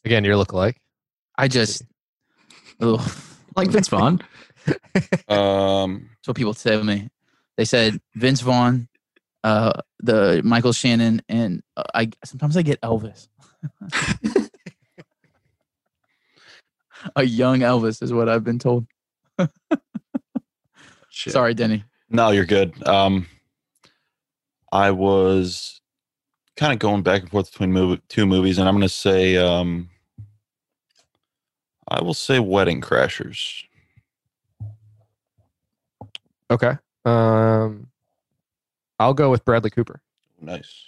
Speaker 1: Again, your lookalike.
Speaker 2: I just, ugh,
Speaker 4: Like Vince Vaughn.
Speaker 3: Um,
Speaker 2: that's what people tell me. They said Vince Vaughn, uh, the Michael Shannon, and uh, I sometimes I get Elvis. A young Elvis is what I've been told.
Speaker 4: Shit.
Speaker 2: Sorry, Denny.
Speaker 3: no, you're good. Um, I was kind of going back and forth between mov two movies, and I'm going to say, um, I will say Wedding Crashers.
Speaker 1: Okay. Um, I'll go with Bradley Cooper.
Speaker 3: Nice.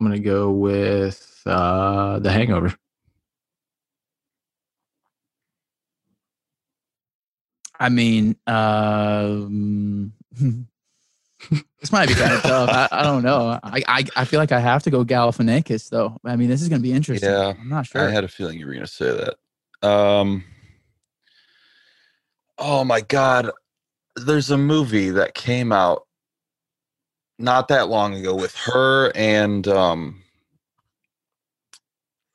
Speaker 4: I'm gonna go with uh, The Hangover.
Speaker 2: I mean, um, this might be kind of tough. I, I don't know. I, I I feel like I have to go Galifianakis though. I mean, this is going to be interesting.
Speaker 3: Yeah,
Speaker 2: I'm not sure.
Speaker 3: I had a feeling you were going to say that. Um, oh my God. There's a movie that came out not that long ago with her and. Um,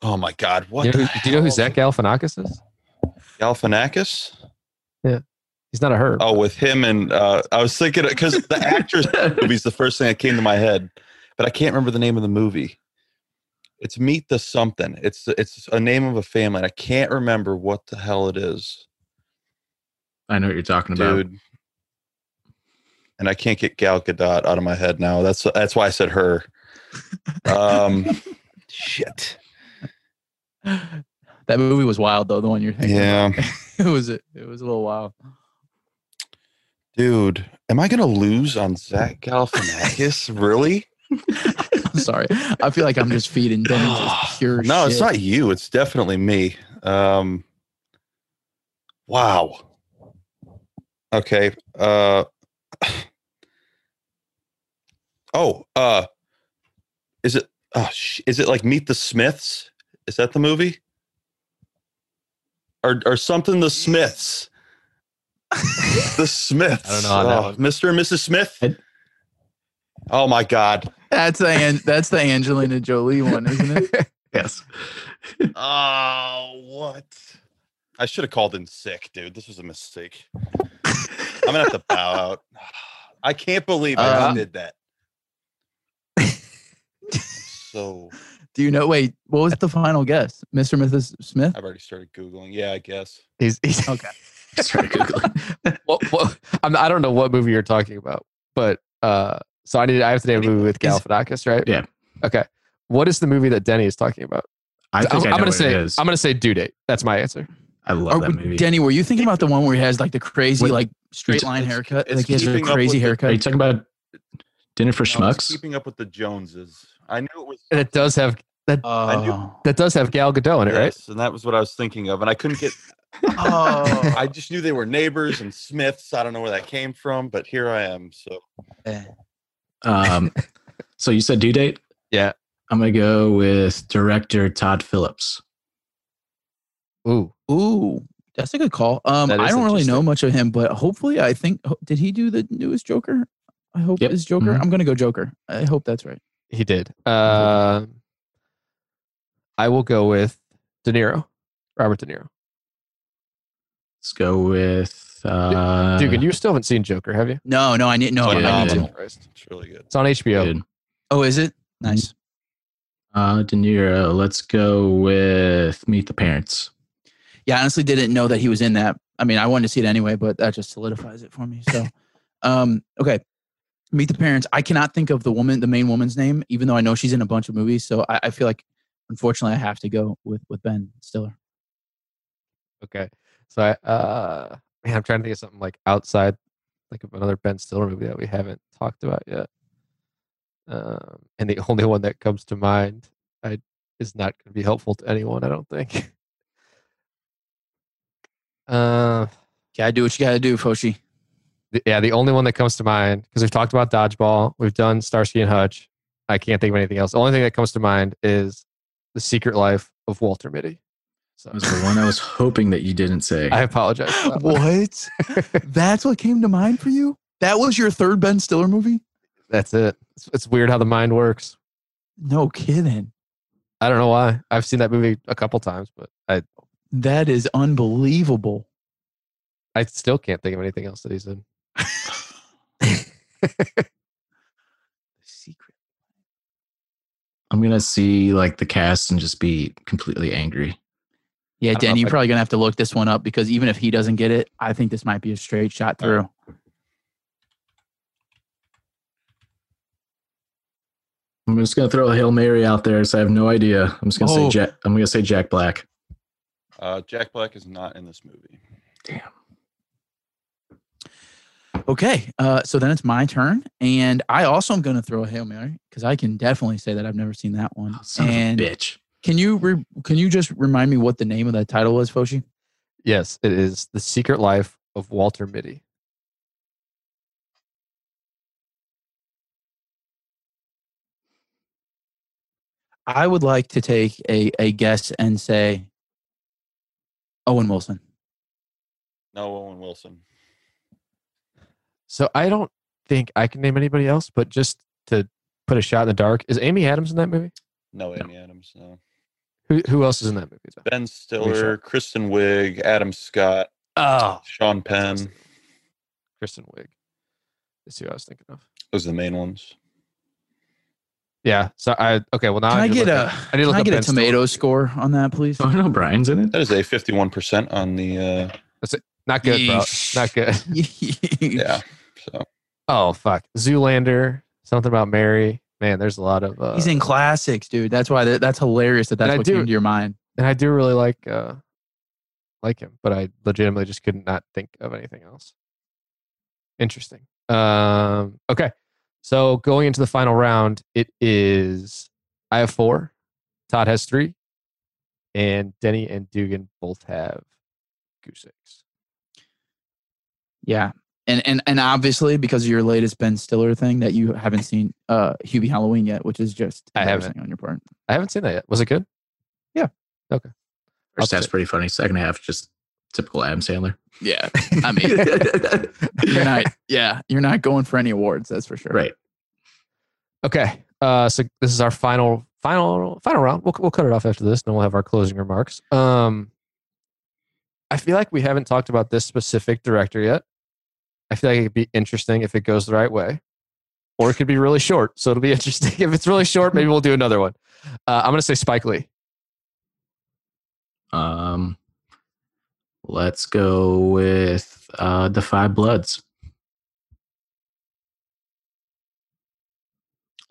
Speaker 3: oh my God. What?
Speaker 1: You know
Speaker 3: the
Speaker 1: who- do you know who
Speaker 3: hell?
Speaker 1: Zach Galifianakis is?
Speaker 3: Galifianakis?
Speaker 1: He's not a herb.
Speaker 3: Oh, with him and uh, I was thinking because the actress movie is the first thing that came to my head, but I can't remember the name of the movie. It's Meet the Something. It's it's a name of a family. And I can't remember what the hell it is,
Speaker 4: I know what you're talking about.
Speaker 3: dude. And I can't get Gal Gadot out of my head now. That's that's why I said her. Um, shit.
Speaker 2: that movie was wild though. The one you're thinking.
Speaker 3: Yeah,
Speaker 2: it was a, it was a little wild.
Speaker 3: dude. Am I gonna lose on Zach Galifianakis? really?
Speaker 2: I'm sorry. I feel like I'm just feeding Denny just pure.
Speaker 3: no, it's
Speaker 2: shit.
Speaker 3: not you. It's definitely me. Um, wow. Okay. Uh, oh, uh, is it? Oh, sh- is it like Meet the Smiths? Is that the movie? Or or something? The Smiths. the Smiths.
Speaker 1: I don't know on that
Speaker 3: Oh,
Speaker 1: one.
Speaker 3: Mr. and Mrs. Smith.
Speaker 4: I-
Speaker 3: oh my God.
Speaker 2: That's the An- that's the Angelina Jolie one, isn't it?
Speaker 4: Yes.
Speaker 3: Oh, what? I should have called in sick, dude. This was a mistake. I'm gonna have to bow out. I can't believe I
Speaker 2: Uh,
Speaker 3: just did that. so
Speaker 2: Do you know? Wait, what was the final guess, Mr. and Mrs. Smith?
Speaker 3: I've already started googling. Yeah, I guess.
Speaker 1: He's, he's
Speaker 2: Okay.
Speaker 4: Sorry, Googling.
Speaker 1: what, what, I'm, I don't know what movie you're talking about, but uh, so I need I have to name a movie with
Speaker 2: Is-
Speaker 1: Galifianakis, right?
Speaker 4: Yeah.
Speaker 1: Okay. What is the movie that Denny is talking about?
Speaker 4: I think I,
Speaker 1: am
Speaker 4: know
Speaker 1: gonna
Speaker 4: what
Speaker 1: say
Speaker 4: it is.
Speaker 1: I'm gonna say due date. That's my answer.
Speaker 4: I
Speaker 2: Are
Speaker 4: love that
Speaker 2: we-
Speaker 4: movie.
Speaker 2: Denny, were you thinking about the one where he has like the crazy,
Speaker 4: Wait,
Speaker 2: like straight
Speaker 4: it's-
Speaker 2: line
Speaker 3: it's-
Speaker 2: haircut?
Speaker 3: it's
Speaker 2: like he has a
Speaker 3: keeping up
Speaker 2: crazy
Speaker 3: with the-
Speaker 4: Are you
Speaker 2: haircut.
Speaker 4: talking about Dinner
Speaker 3: I
Speaker 4: for
Speaker 3: was
Speaker 4: Schmucks?
Speaker 3: keeping up with the Joneses. I knew it was.
Speaker 1: And it does have
Speaker 2: Oh,
Speaker 1: that does have Gal Gadot in it, right?
Speaker 3: Yes, and that was what I was thinking of, and I couldn't get.
Speaker 2: oh.
Speaker 3: I just knew they were neighbors and Smiths. I don't know where that came from, but here I am. So
Speaker 4: Um, so you said due date?
Speaker 1: Yeah.
Speaker 4: I'm gonna go with director Todd Phillips.
Speaker 1: Ooh,
Speaker 2: Ooh, that's a good call. Um,
Speaker 1: That
Speaker 2: I
Speaker 1: is
Speaker 2: don't really know
Speaker 1: interesting.
Speaker 2: much of him, but hopefully, I think ho- did he do the newest Joker? I hope
Speaker 4: Yep.
Speaker 2: is Joker.
Speaker 4: Mhm.
Speaker 2: I'm gonna go Joker. I hope that's right.
Speaker 1: he did. Uh, I will go with De Niro, Robert De Niro.
Speaker 4: Let's go with uh,
Speaker 1: Dugan, you still haven't seen Joker, have you?
Speaker 2: No, no, I need no.
Speaker 4: Oh, yeah,
Speaker 2: I need
Speaker 4: yeah.
Speaker 2: to.
Speaker 3: Jesus Christ, it's really good.
Speaker 1: It's on HBO.
Speaker 4: dude.
Speaker 2: Oh, is it nice?
Speaker 4: Uh, De Niro. Let's go with Meet the Parents.
Speaker 2: Yeah, I honestly didn't know that he was in that. I mean, I wanted to see it anyway, but that just solidifies it for me. So, um, okay. Meet the parents. I cannot think of the woman, the main woman's name, even though I know she's in a bunch of movies. So I, I feel like, unfortunately, I have to go with with Ben Stiller.
Speaker 1: Okay. So I uh man, I'm trying to think of something like outside like of another Ben Stiller movie that we haven't talked about yet. Um and the only one that comes to mind I is not gonna be helpful to anyone, I don't think. Uh Um,
Speaker 2: Gotta do what you gotta do, Foshi.
Speaker 1: the- yeah, the only one that comes to mind because we've talked about dodgeball, we've done Starsky and Hutch. I can't think of anything else. The only thing that comes to mind is the Secret Life of Walter Mitty. So
Speaker 4: That was the one I was hoping that you didn't say.
Speaker 1: I apologize. for that one.
Speaker 2: What? That's what came to mind for you? That was your third Ben Stiller movie?
Speaker 1: That's it. It's, it's weird how the mind works.
Speaker 2: No kidding.
Speaker 1: I don't know why. I've seen that movie a couple times, but I
Speaker 2: That is unbelievable.
Speaker 1: I still can't think of anything else that he's in.
Speaker 2: Secret.
Speaker 4: I'm gonna see like the cast and just be completely angry.
Speaker 2: Yeah,
Speaker 1: don't know
Speaker 2: Dan,
Speaker 1: if
Speaker 2: you're
Speaker 1: I-
Speaker 2: probably gonna have to look this one up because even if he doesn't get it, I think this might be a straight shot
Speaker 3: All right.
Speaker 2: through.
Speaker 4: I'm just gonna throw a hail mary out there, so I have no idea. I'm just gonna
Speaker 2: Oh.
Speaker 4: say Jack. I'm gonna say Jack Black.
Speaker 3: Uh, Jack Black is not in this movie.
Speaker 2: Okay, uh, so then it's my turn, and I also am gonna throw a hail mary because I can definitely say that I've never seen that one.
Speaker 4: Oh, son
Speaker 2: and
Speaker 4: of a bitch.
Speaker 2: can you re- can you just remind me what the name of that title was, Foshi?
Speaker 1: Yes, it is The Secret Life of Walter Mitty.
Speaker 2: I would like to take a, a guess and say Owen Wilson.
Speaker 3: No, Owen Wilson.
Speaker 1: So I don't think I can name anybody else, but just to put a shot in the dark, is Amy Adams in that movie?
Speaker 3: No, Amy Adams. No.
Speaker 1: Who who else is in that movie? Though?
Speaker 3: Ben
Speaker 1: Let me
Speaker 3: Stiller,
Speaker 1: check.
Speaker 3: Kristen Wiig, Adam Scott,
Speaker 1: Oh,
Speaker 3: Sean Penn.
Speaker 1: Kristen Wiig. That's who I was thinking of.
Speaker 3: Those are the main ones.
Speaker 1: Yeah. So I okay. Well now
Speaker 2: Can
Speaker 1: I,
Speaker 2: I,
Speaker 1: need to
Speaker 2: get
Speaker 1: look
Speaker 2: a
Speaker 1: up- Ah, I
Speaker 2: I
Speaker 1: need to look
Speaker 2: can I
Speaker 1: up
Speaker 2: get
Speaker 1: Ben
Speaker 2: a
Speaker 1: Stiller.
Speaker 2: tomato score on that, please?
Speaker 4: Oh no, Brian's in it.
Speaker 3: That is a 51% on the. Uh,
Speaker 1: Not good, bro.
Speaker 2: Yeesh.
Speaker 1: Not good.
Speaker 3: yeah. So
Speaker 1: Oh fuck. Zoolander. Something about Mary. Man, there's a lot of. Uh,
Speaker 2: He's in classics, dude. That's why that, that's hilarious that
Speaker 1: And
Speaker 2: that's
Speaker 1: I
Speaker 2: what
Speaker 1: do-
Speaker 2: came to your mind.
Speaker 1: and I do really like uh like him, but I legitimately just could not think of anything else. Interesting. Um okay. So going into the final round, it is I have four, Todd has three, and Denny and Dugan both have goose eggs.
Speaker 2: Yeah. And and and obviously because of your latest Ben Stiller thing that you haven't seen uh Hubie Halloween yet, which is just
Speaker 1: I haven't.
Speaker 2: embarrassing on your part.
Speaker 1: I haven't seen that yet. Was it good?
Speaker 4: First
Speaker 1: I'll
Speaker 4: half's
Speaker 1: say-
Speaker 4: pretty funny. Second half just typical Adam Sandler.
Speaker 2: Yeah. I mean you're not yeah, you're not going for any awards, that's for sure.
Speaker 4: right.
Speaker 1: Okay. Uh so this is our final final final round. We'll we'll cut it off after this and we'll have our closing remarks. Um I feel like we haven't talked about this specific director yet. I feel like it'd be interesting if it goes the right way. Or it could be really short. So it'll be interesting. if it's really short, maybe we'll do another one. Uh, I'm gonna say Spike Lee.
Speaker 4: Um, let's go with uh, the Five Bloods.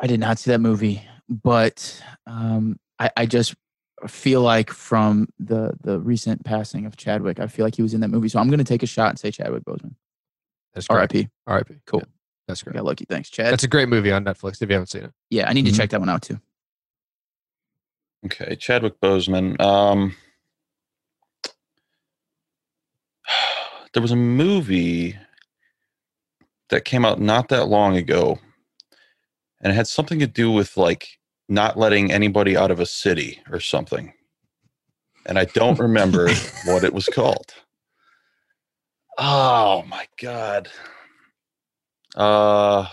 Speaker 2: I did not see that movie, but um, I, I just feel like from the the recent passing of Chadwick, I feel like he was in that movie. So I'm going to take a shot and say Chadwick Boseman.
Speaker 1: That's correct.
Speaker 2: R.I.P.
Speaker 1: R.I.P.
Speaker 2: Cool.
Speaker 1: Yeah, that's
Speaker 2: We
Speaker 1: correct.
Speaker 2: got lucky. Thanks, Chad.
Speaker 1: That's a great movie on Netflix if you haven't seen it.
Speaker 2: yeah, I need
Speaker 4: Mhm.
Speaker 2: to check that one out too.
Speaker 3: okay, Chadwick Boseman. Um, there was a movie that came out not that long ago, and it had something to do with like not letting anybody out of a city or something. And I don't remember what it was called. Oh my god. Uh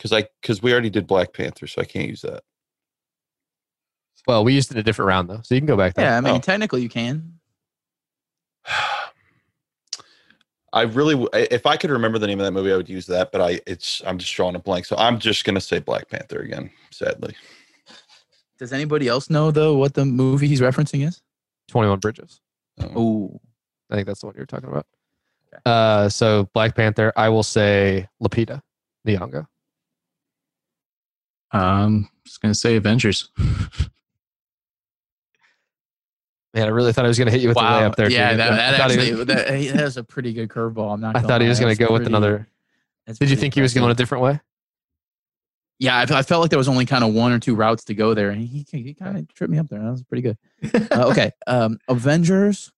Speaker 3: cuz I cuz we already did Black Panther so I can't use that.
Speaker 1: Well, we used it in a different round though, so you can go back there.
Speaker 2: Yeah, I mean,
Speaker 3: Oh.
Speaker 2: technically you can.
Speaker 3: I really, w- I- if I could remember the name of that movie, I would use that. But I, it's, I'm just drawing a blank, so I'm just gonna say Black Panther again. Sadly,
Speaker 2: Does anybody else know though what the movie he's referencing is?
Speaker 1: Twenty One Bridges.
Speaker 3: Um,
Speaker 2: Oh,
Speaker 1: I think that's the one you're talking about.
Speaker 2: Okay.
Speaker 1: Uh, so Black Panther, I will say Lapita Nyong'o.
Speaker 4: Um, just gonna say Avengers.
Speaker 1: Man, I really thought I was going to hit you with the layup there.
Speaker 2: yeah,
Speaker 1: Keegan.
Speaker 2: that, that
Speaker 1: I thought,
Speaker 2: actually
Speaker 1: he, was,
Speaker 2: that, hey, that was a pretty good curveball. I'm not.
Speaker 1: I
Speaker 2: gonna
Speaker 1: thought he
Speaker 2: lie.
Speaker 1: was going
Speaker 2: That's
Speaker 1: to go with
Speaker 2: pretty-
Speaker 1: another.
Speaker 2: that's
Speaker 1: Did you
Speaker 2: pretty
Speaker 1: think he was
Speaker 2: impressive.
Speaker 1: going a different way?
Speaker 2: Yeah, I, I felt like there was only kind of one or two routes to go there, and he, he, kind of tripped me up there. That was pretty good. Uh, okay, um, Avengers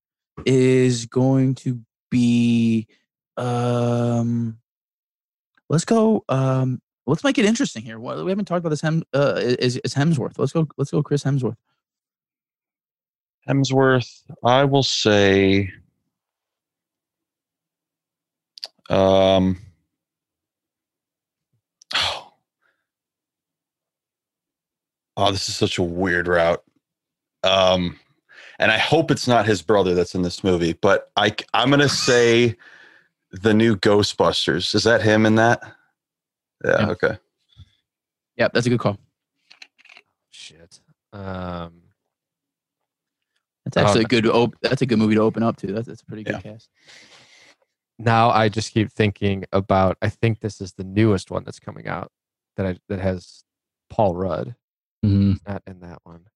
Speaker 2: is going to be Um, let's go. Um, let's make it interesting here. What, we haven't talked about this. Hem uh, is, is Hemsworth. Let's go. Let's go, Chris Hemsworth.
Speaker 3: Hemsworth, I will say. Um, oh, oh, this is such a weird route. Um, and I hope it's not his brother that's in this movie, but I, I'm going to say the new Ghostbusters. Is that him in that? Yeah,
Speaker 2: Yeah.
Speaker 3: okay.
Speaker 2: Yeah, that's a good call.
Speaker 1: Shit. Um,
Speaker 2: That's
Speaker 1: Oh,
Speaker 2: actually
Speaker 1: no.
Speaker 2: a good. Op- that's a good movie to open up to. That's, that's a pretty good
Speaker 3: Yeah.
Speaker 2: cast.
Speaker 1: now I just keep thinking about. I think this is the newest one that's coming out that I that has Paul Rudd.
Speaker 4: Mhm.
Speaker 1: Not in that one.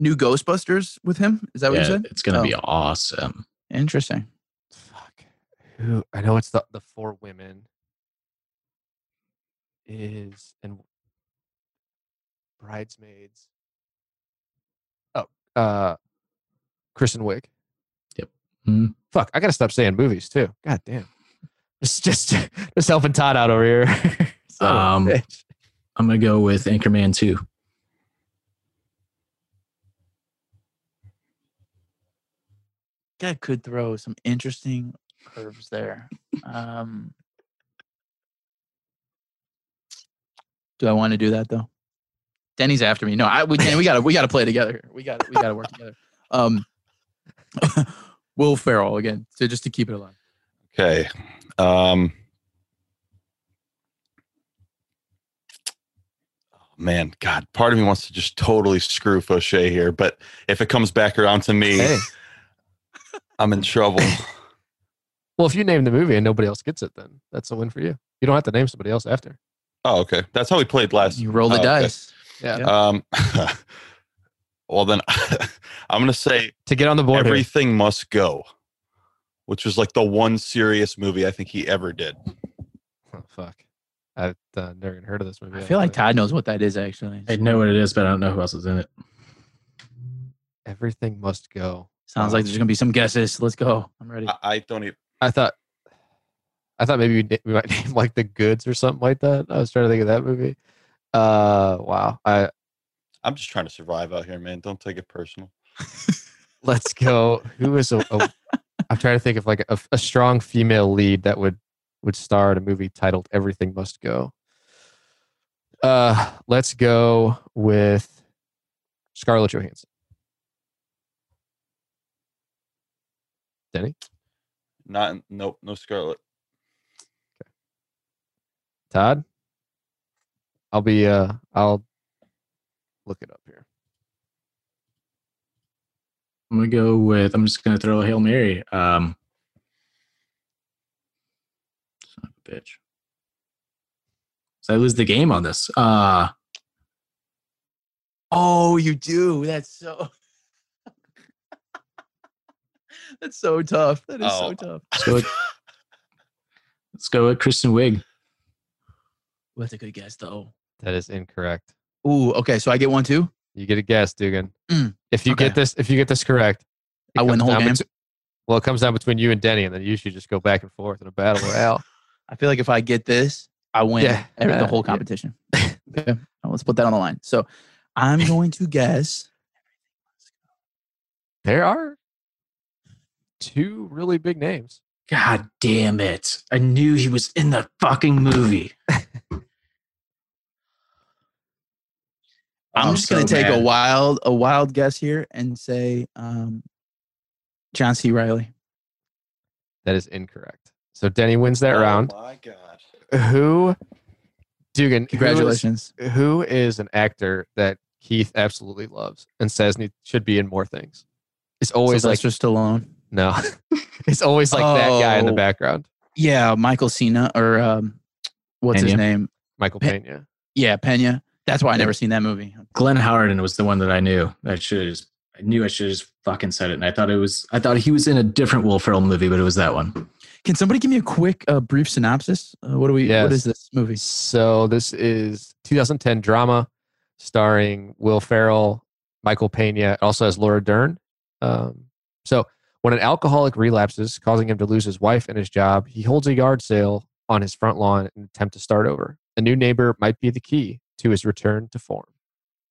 Speaker 2: New Ghostbusters with him. Is that what you
Speaker 4: Yeah,
Speaker 2: said?
Speaker 4: it's gonna
Speaker 2: Oh.
Speaker 4: be awesome.
Speaker 2: Interesting.
Speaker 1: Fuck. Who? I know it's the the four women. Is and bridesmaids. Oh, uh, Kristen Wiig.
Speaker 2: Mm-hmm.
Speaker 4: Mhm.
Speaker 1: Fuck, I gotta stop saying movies too. God damn. It's just just helping Todd out over here. Son of a
Speaker 4: Um,
Speaker 1: bitch.
Speaker 4: I'm gonna go with Anchorman Two.
Speaker 2: Guy could throw some interesting curves there. Um, do I want to do that though? Denny's after me. No, I we Danny, we gotta we gotta play together. here. We got we gotta work together. Um, Will Ferrell again. So just to keep it alive.
Speaker 3: Okay. Um, oh, man, God, part of me wants to just totally screw Fauché here, but if it comes back around to me,
Speaker 1: Hey.
Speaker 3: I'm in trouble.
Speaker 1: Well, if you name the movie and nobody else gets it, then that's a win for you. You don't have to name somebody else after.
Speaker 3: oh, okay. That's how we played last.
Speaker 2: You roll the
Speaker 3: Oh, okay.
Speaker 2: dice.
Speaker 1: Yeah.
Speaker 3: Um, well, then I'm going to say
Speaker 1: To get on the board. here.
Speaker 3: Everything Must Go, which was like the one serious movie I think he ever did.
Speaker 1: Oh, fuck. I've uh, never even heard of this movie.
Speaker 2: I feel like
Speaker 1: actually.
Speaker 2: Todd knows what that is actually.
Speaker 4: I know what it is, but I don't know who else is in it.
Speaker 1: everything must go.
Speaker 2: Sounds like there's gonna be some guesses. Let's go. I'm ready.
Speaker 3: I, I don't e, even.
Speaker 1: I thought. I thought maybe we, na- we might name like the goods or something like that. I was trying to think of that movie. Uh, wow. I
Speaker 3: I'm just trying to survive out here, man. Don't take it personal.
Speaker 1: let's go. Who is a? a I'm trying to think of like a, a strong female lead that would would star in a movie titled Everything Must Go. Uh, let's go with Scarlett Johansson.
Speaker 3: Not nope, no Scarlet.
Speaker 1: Todd, I'll be. Uh, I'll look it up here.
Speaker 4: I'm gonna go with. I'm just gonna throw a hail mary. Um, son of a bitch. So I lose the game on this. Uh,
Speaker 2: Oh, you do. That's so. That's so tough. That is
Speaker 3: Oh.
Speaker 2: so tough.
Speaker 4: let's go with, let's go with Kristen Wiig.
Speaker 2: Ooh, That's a good guess, though.
Speaker 1: That is incorrect.
Speaker 2: Ooh, okay. So I get one too.
Speaker 1: You get a guess, Dugan.
Speaker 2: Mm,
Speaker 1: if you get
Speaker 2: okay.
Speaker 1: this, if you get this correct, it
Speaker 2: I win the
Speaker 1: comes
Speaker 2: whole
Speaker 1: down
Speaker 2: game.
Speaker 1: betw- well, it comes down between you and Denny, and then you should just go back and forth in a battle royale.
Speaker 2: I feel like if I get this, I win
Speaker 1: Oh, Yeah,
Speaker 2: every,
Speaker 1: uh,
Speaker 2: the whole
Speaker 1: yeah.
Speaker 2: competition. okay. Now Let's put that on the line. So I'm going to guess.
Speaker 1: there are two really big names.
Speaker 4: God damn it! I knew he was in the fucking movie.
Speaker 2: I'm, just going to
Speaker 4: so
Speaker 2: take a
Speaker 4: mad.
Speaker 2: wild, a wild guess here and say um, John C. Riley.
Speaker 1: That is incorrect. So Denny wins that round.
Speaker 3: Oh my god.
Speaker 1: Who, Dugan? who is-
Speaker 2: Congratulations.
Speaker 1: who is an actor that Keith absolutely loves and says ne- should be in more things? It's always like
Speaker 2: Sylvester Stallone.
Speaker 1: no, it's always like that guy in the
Speaker 2: Oh.
Speaker 1: background,
Speaker 2: Yeah, Michael Cena or um, what's his
Speaker 4: Pena.
Speaker 2: name?
Speaker 1: Michael
Speaker 2: Pe-
Speaker 1: Pena.
Speaker 2: Yeah, Pena. That's why I
Speaker 1: Yeah.
Speaker 2: never seen that movie.
Speaker 4: Glenn Howerton was the one that I knew. I should have. I knew I should have just fucking said it, and I thought it was. I thought he was in a different Will Ferrell movie, but it was that one.
Speaker 2: Can somebody give me a quick, uh, brief synopsis? Uh, what do we?
Speaker 1: Yes.
Speaker 2: What is this movie?
Speaker 1: So this is 2010 drama starring Will Ferrell, Michael Pena. It also has Laura Dern. Um, so When an alcoholic relapses, causing him to lose his wife and his job, he holds a yard sale on his front lawn in an attempt to start over. A new neighbor might be the key to his return to form.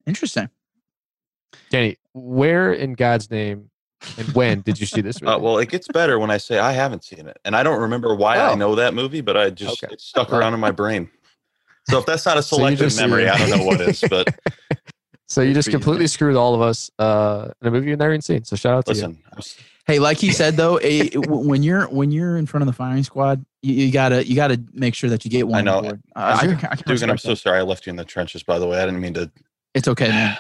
Speaker 2: Interesting.
Speaker 1: Danny, where in God's name and when did you see this movie?
Speaker 3: Uh, well, it gets better when I say I haven't seen it, and I don't remember why I
Speaker 1: Oh.
Speaker 3: know that movie, but I just
Speaker 1: Okay.
Speaker 3: it stuck around in my brain. So if that's not a
Speaker 1: So you
Speaker 3: selective
Speaker 1: just-
Speaker 3: memory, I don't know what is. But
Speaker 1: so you just
Speaker 3: Good for you.
Speaker 1: completely screwed all of us uh, in a movie you've never even seen. So shout out to you.
Speaker 3: listen, I was-
Speaker 2: Hey, like he said though, eh, w- when you're when you're in front of the firing squad, you, you gotta you gotta make sure that you get one.
Speaker 3: I know.
Speaker 2: on board. Uh, I
Speaker 1: Sure.
Speaker 2: can- I can
Speaker 3: Dugan, I'm
Speaker 2: respect
Speaker 3: so
Speaker 2: that.
Speaker 3: sorry I left you in the trenches. By the way, I didn't mean to.
Speaker 2: It's okay, man.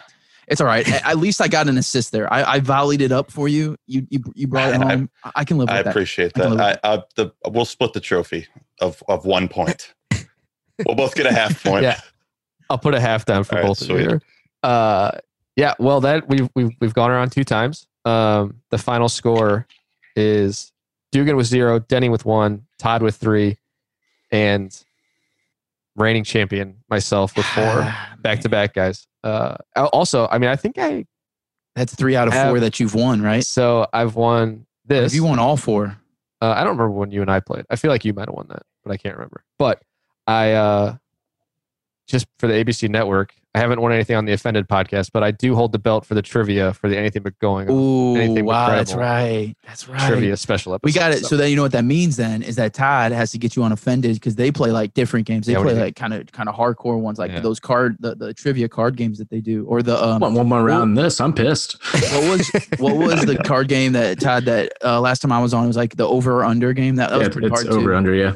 Speaker 2: It's all right. A- At least I got an assist there. I, I volleyed it up for you. You you, you brought it
Speaker 3: I-
Speaker 2: home. I, I can live with
Speaker 3: I
Speaker 2: that.
Speaker 3: appreciate
Speaker 2: I can
Speaker 3: that.
Speaker 2: live
Speaker 3: I, I, the, we'll split the trophy of of one point. we'll both get a half point.
Speaker 1: Yeah. I'll put a half down for
Speaker 3: All right,
Speaker 1: both of
Speaker 3: sweet.
Speaker 1: you. here. Uh, yeah, well, that we've we've we've gone around two times. Um, the final score is Dugan with zero, Denny with one, Todd with three, and reigning champion myself with four back to back guys. Uh, al- also, I mean, I think I
Speaker 2: That's three out of four
Speaker 1: Have-
Speaker 2: that you've won, right?
Speaker 1: so I've won
Speaker 2: If
Speaker 1: this.
Speaker 2: you won all four,
Speaker 1: Uh, I don't remember when you and I played. I feel like you might have won that, but I can't remember. But I uh, just for the ABC network, I haven't won anything on the Offended podcast, but I do hold the belt for the trivia for the Anything But Going On
Speaker 2: ooh,
Speaker 1: anything
Speaker 2: wow, that's
Speaker 1: incredible.
Speaker 2: right, that's right.
Speaker 1: trivia special episode.
Speaker 2: We got it. So then you know what that means then is that Todd has to get you unoffended because they play like different games. They
Speaker 1: Yeah, what do
Speaker 2: play
Speaker 1: you
Speaker 2: like kind of kind of hardcore ones, like
Speaker 1: Yeah.
Speaker 2: those card the, the trivia card games that they do, or the um,
Speaker 4: want one more round in this. I'm pissed.
Speaker 2: what was what was the card game that Todd that uh, last time I was on it was like the over or under game that, that
Speaker 4: Yeah,
Speaker 2: was pretty
Speaker 4: it's
Speaker 2: hard
Speaker 4: over
Speaker 2: too.
Speaker 4: under, yeah.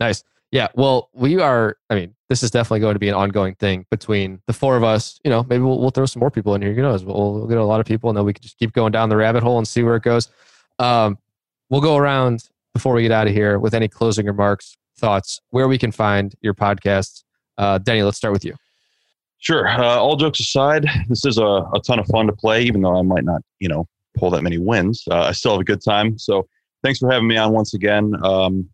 Speaker 1: Nice. Yeah. Well, we are. I mean, this is definitely going to be an ongoing thing between the four of us. You know, maybe we'll, we'll throw some more people in here. Who knows? We'll, we'll get a lot of people, and then we can just keep going down the rabbit hole and see where it goes. Um, we'll go around before we get out of here with any closing remarks, thoughts, where we can find your podcasts. Uh, Denny, let's start with you.
Speaker 3: Sure. Uh, all jokes aside, this is a, a ton of fun to play, even though I might not, you know, pull that many wins. Uh, I still have a good time. So thanks for having me on once again. Um,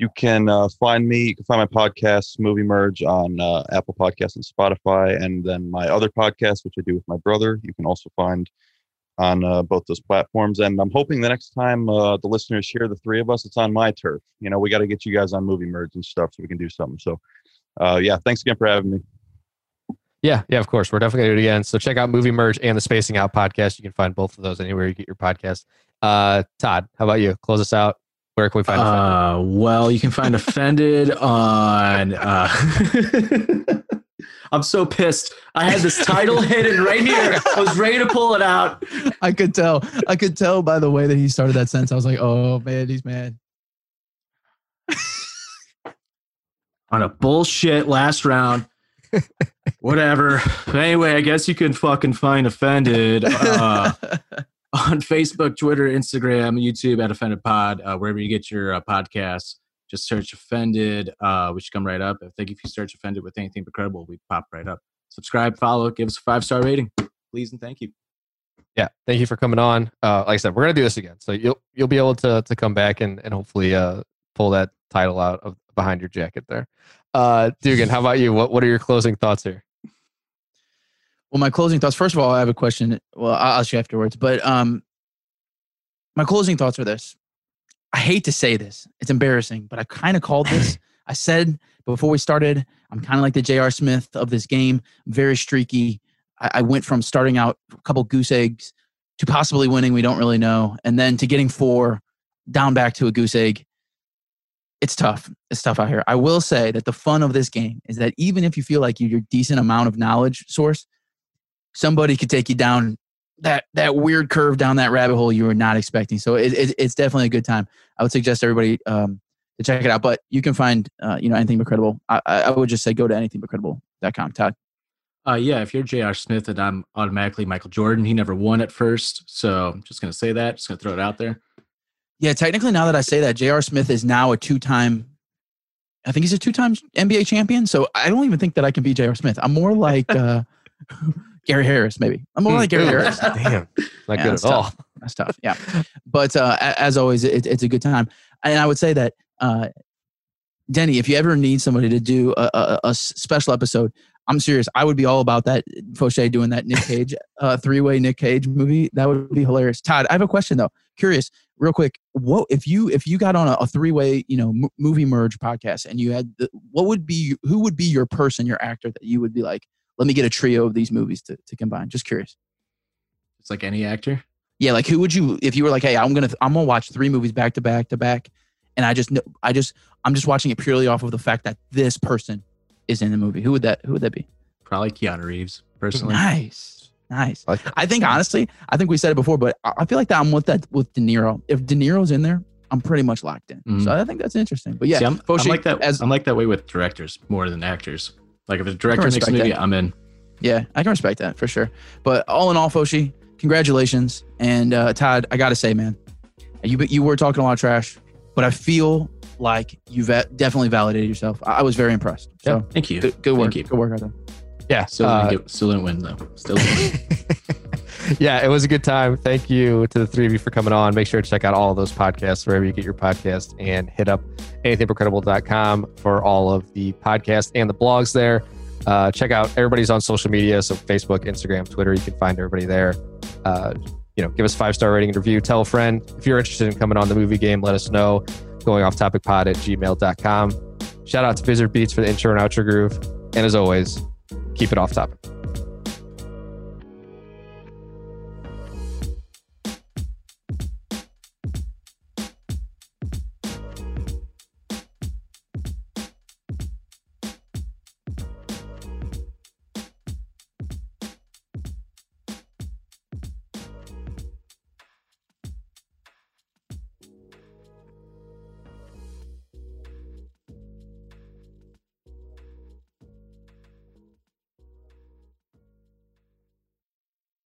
Speaker 3: you can uh, find me, you can find my podcast, Movie Merge, on uh, Apple Podcasts and Spotify. And then my other podcast, which I do with my brother, you can also find on uh, both those platforms. And I'm hoping the next time uh, the listeners hear the three of us, it's on my turf. You know, we got to get you guys on Movie Merge and stuff so we can do something. So, uh, yeah, thanks again for having me.
Speaker 1: Yeah, yeah, of course. We're definitely gonna do it again. So check out Movie Merge and the Spacing Out podcast. You can find both of those anywhere you get your podcast. Uh, Todd, how about you? Close us out. Where can we find? Offended?
Speaker 4: Uh, well, you can find Offended on. Uh, I'm so pissed. I had this title hidden right here. I was ready to pull it out.
Speaker 2: I could tell. I could tell by the way that he started that sentence. I was like, oh man, he's mad.
Speaker 4: on a bullshit last round. Whatever. Anyway, I guess you can fucking find Offended uh, on Facebook, Twitter, Instagram, YouTube at Offended Pod, uh, wherever you get your uh, podcasts. Just search Offended. Uh, we should come right up. I think if you search Offended with anything but credible, we pop right up. Subscribe, follow, give us a five star rating, please, and thank you.
Speaker 1: yeah thank you for coming on uh like i said we're gonna do this again so you'll you'll be able to to come back and and hopefully uh pull that title out of behind your jacket there uh dugan how about you what what are your closing thoughts here
Speaker 2: Well, my closing thoughts. First of all, I have a question. Well, I'll ask you afterwards. But um, my closing thoughts are this. I hate to say this. It's embarrassing, but I kind of called this. I said before we started, I'm kind of like the J.R. Smith of this game. Very streaky. I, I went from starting out a couple goose eggs to possibly winning. We don't really know, and then to getting four down back to a goose egg. It's tough. It's tough out here. I will say that the fun of this game is that even if you feel like you're a decent amount of knowledge source, somebody could take you down that that weird curve down that rabbit hole you were not expecting. So it, it, it's definitely a good time. I would suggest everybody um, to check it out. But you can find uh, you know anything but credible. I, I I would just say go to anythingbutcredible.com. Todd,
Speaker 4: Uh, yeah, if you're J.R. Smith, then I'm automatically Michael Jordan. He never won at first. So I'm just going to say that, just going to throw it out there.
Speaker 2: Yeah, technically, now that I say that, J.R. Smith is now a two time, I think he's a two time NBA champion. So I don't even think that I can be J.R. Smith. I'm more like uh, Gary Harris, maybe. I'm more like Gary Harris.
Speaker 1: damn not
Speaker 2: Yeah,
Speaker 1: good at
Speaker 2: that's
Speaker 1: all
Speaker 2: That's tough. Yeah. But uh, a- as always, it, it's a good time. And I would say that, uh, Denny, if you ever need somebody to do a, a, a s- special episode, I'm serious. I would be all about that. Fauché doing that Nick Cage, uh, three way Nick Cage movie. That would be hilarious. Todd, I have a question though. Curious, real quick. What if you if you got on a, a three way you know m- movie merge podcast and you had the, what would be who would be your person, your actor that you would be like? Let me get a trio of these movies to, to combine. Just curious.
Speaker 4: It's like any actor.
Speaker 2: Yeah, like who would you if you were like, hey, I'm gonna I'm gonna watch three movies back to back to back, and I just know I just I'm just watching it purely off of the fact that this person is in the movie. Who would that Who would that be?
Speaker 4: Probably Keanu Reeves, personally.
Speaker 2: Nice, nice.
Speaker 1: Like-
Speaker 2: I think honestly, I think we said it before, but I I feel like that I'm with that with De Niro. If De Niro's in there, I'm pretty much locked in.
Speaker 4: Mhm.
Speaker 2: So I think that's interesting. But yeah,
Speaker 4: See, I'm, I'm
Speaker 2: Fauci,
Speaker 4: like that.
Speaker 2: as-
Speaker 4: I'm like that way with directors more than actors. Like if the director makes a
Speaker 2: respect
Speaker 4: movie,
Speaker 2: that.
Speaker 4: I'm in.
Speaker 2: yeah, I can respect that for sure. But all in all, Foshi, congratulations, and uh, Todd, I gotta say, man, you you were talking a lot of trash, but I feel like you va- definitely validated yourself. I, I was very impressed. So
Speaker 4: Thank you.
Speaker 2: good, good work,
Speaker 4: Thank you.
Speaker 2: good work out there.
Speaker 1: Yeah.
Speaker 4: Still,
Speaker 1: uh,
Speaker 4: didn't get, still didn't win though. Still didn't win.
Speaker 1: yeah, it was a good time. Thank you to the three of you for coming on. Make sure to check out all of those podcasts wherever you get your podcast and hit up anythingrecredible.com for all of the podcasts and the blogs there. Uh, check out everybody's on social media. So Facebook, Instagram, Twitter, you can find everybody there. Uh, you know, give us five star rating and review. Tell a friend. If you're interested in coming on the movie game, let us know. Going off topic pod at gmail.com. Shout out to Wizard Beats for the intro and outro groove. And as always, keep it off topic.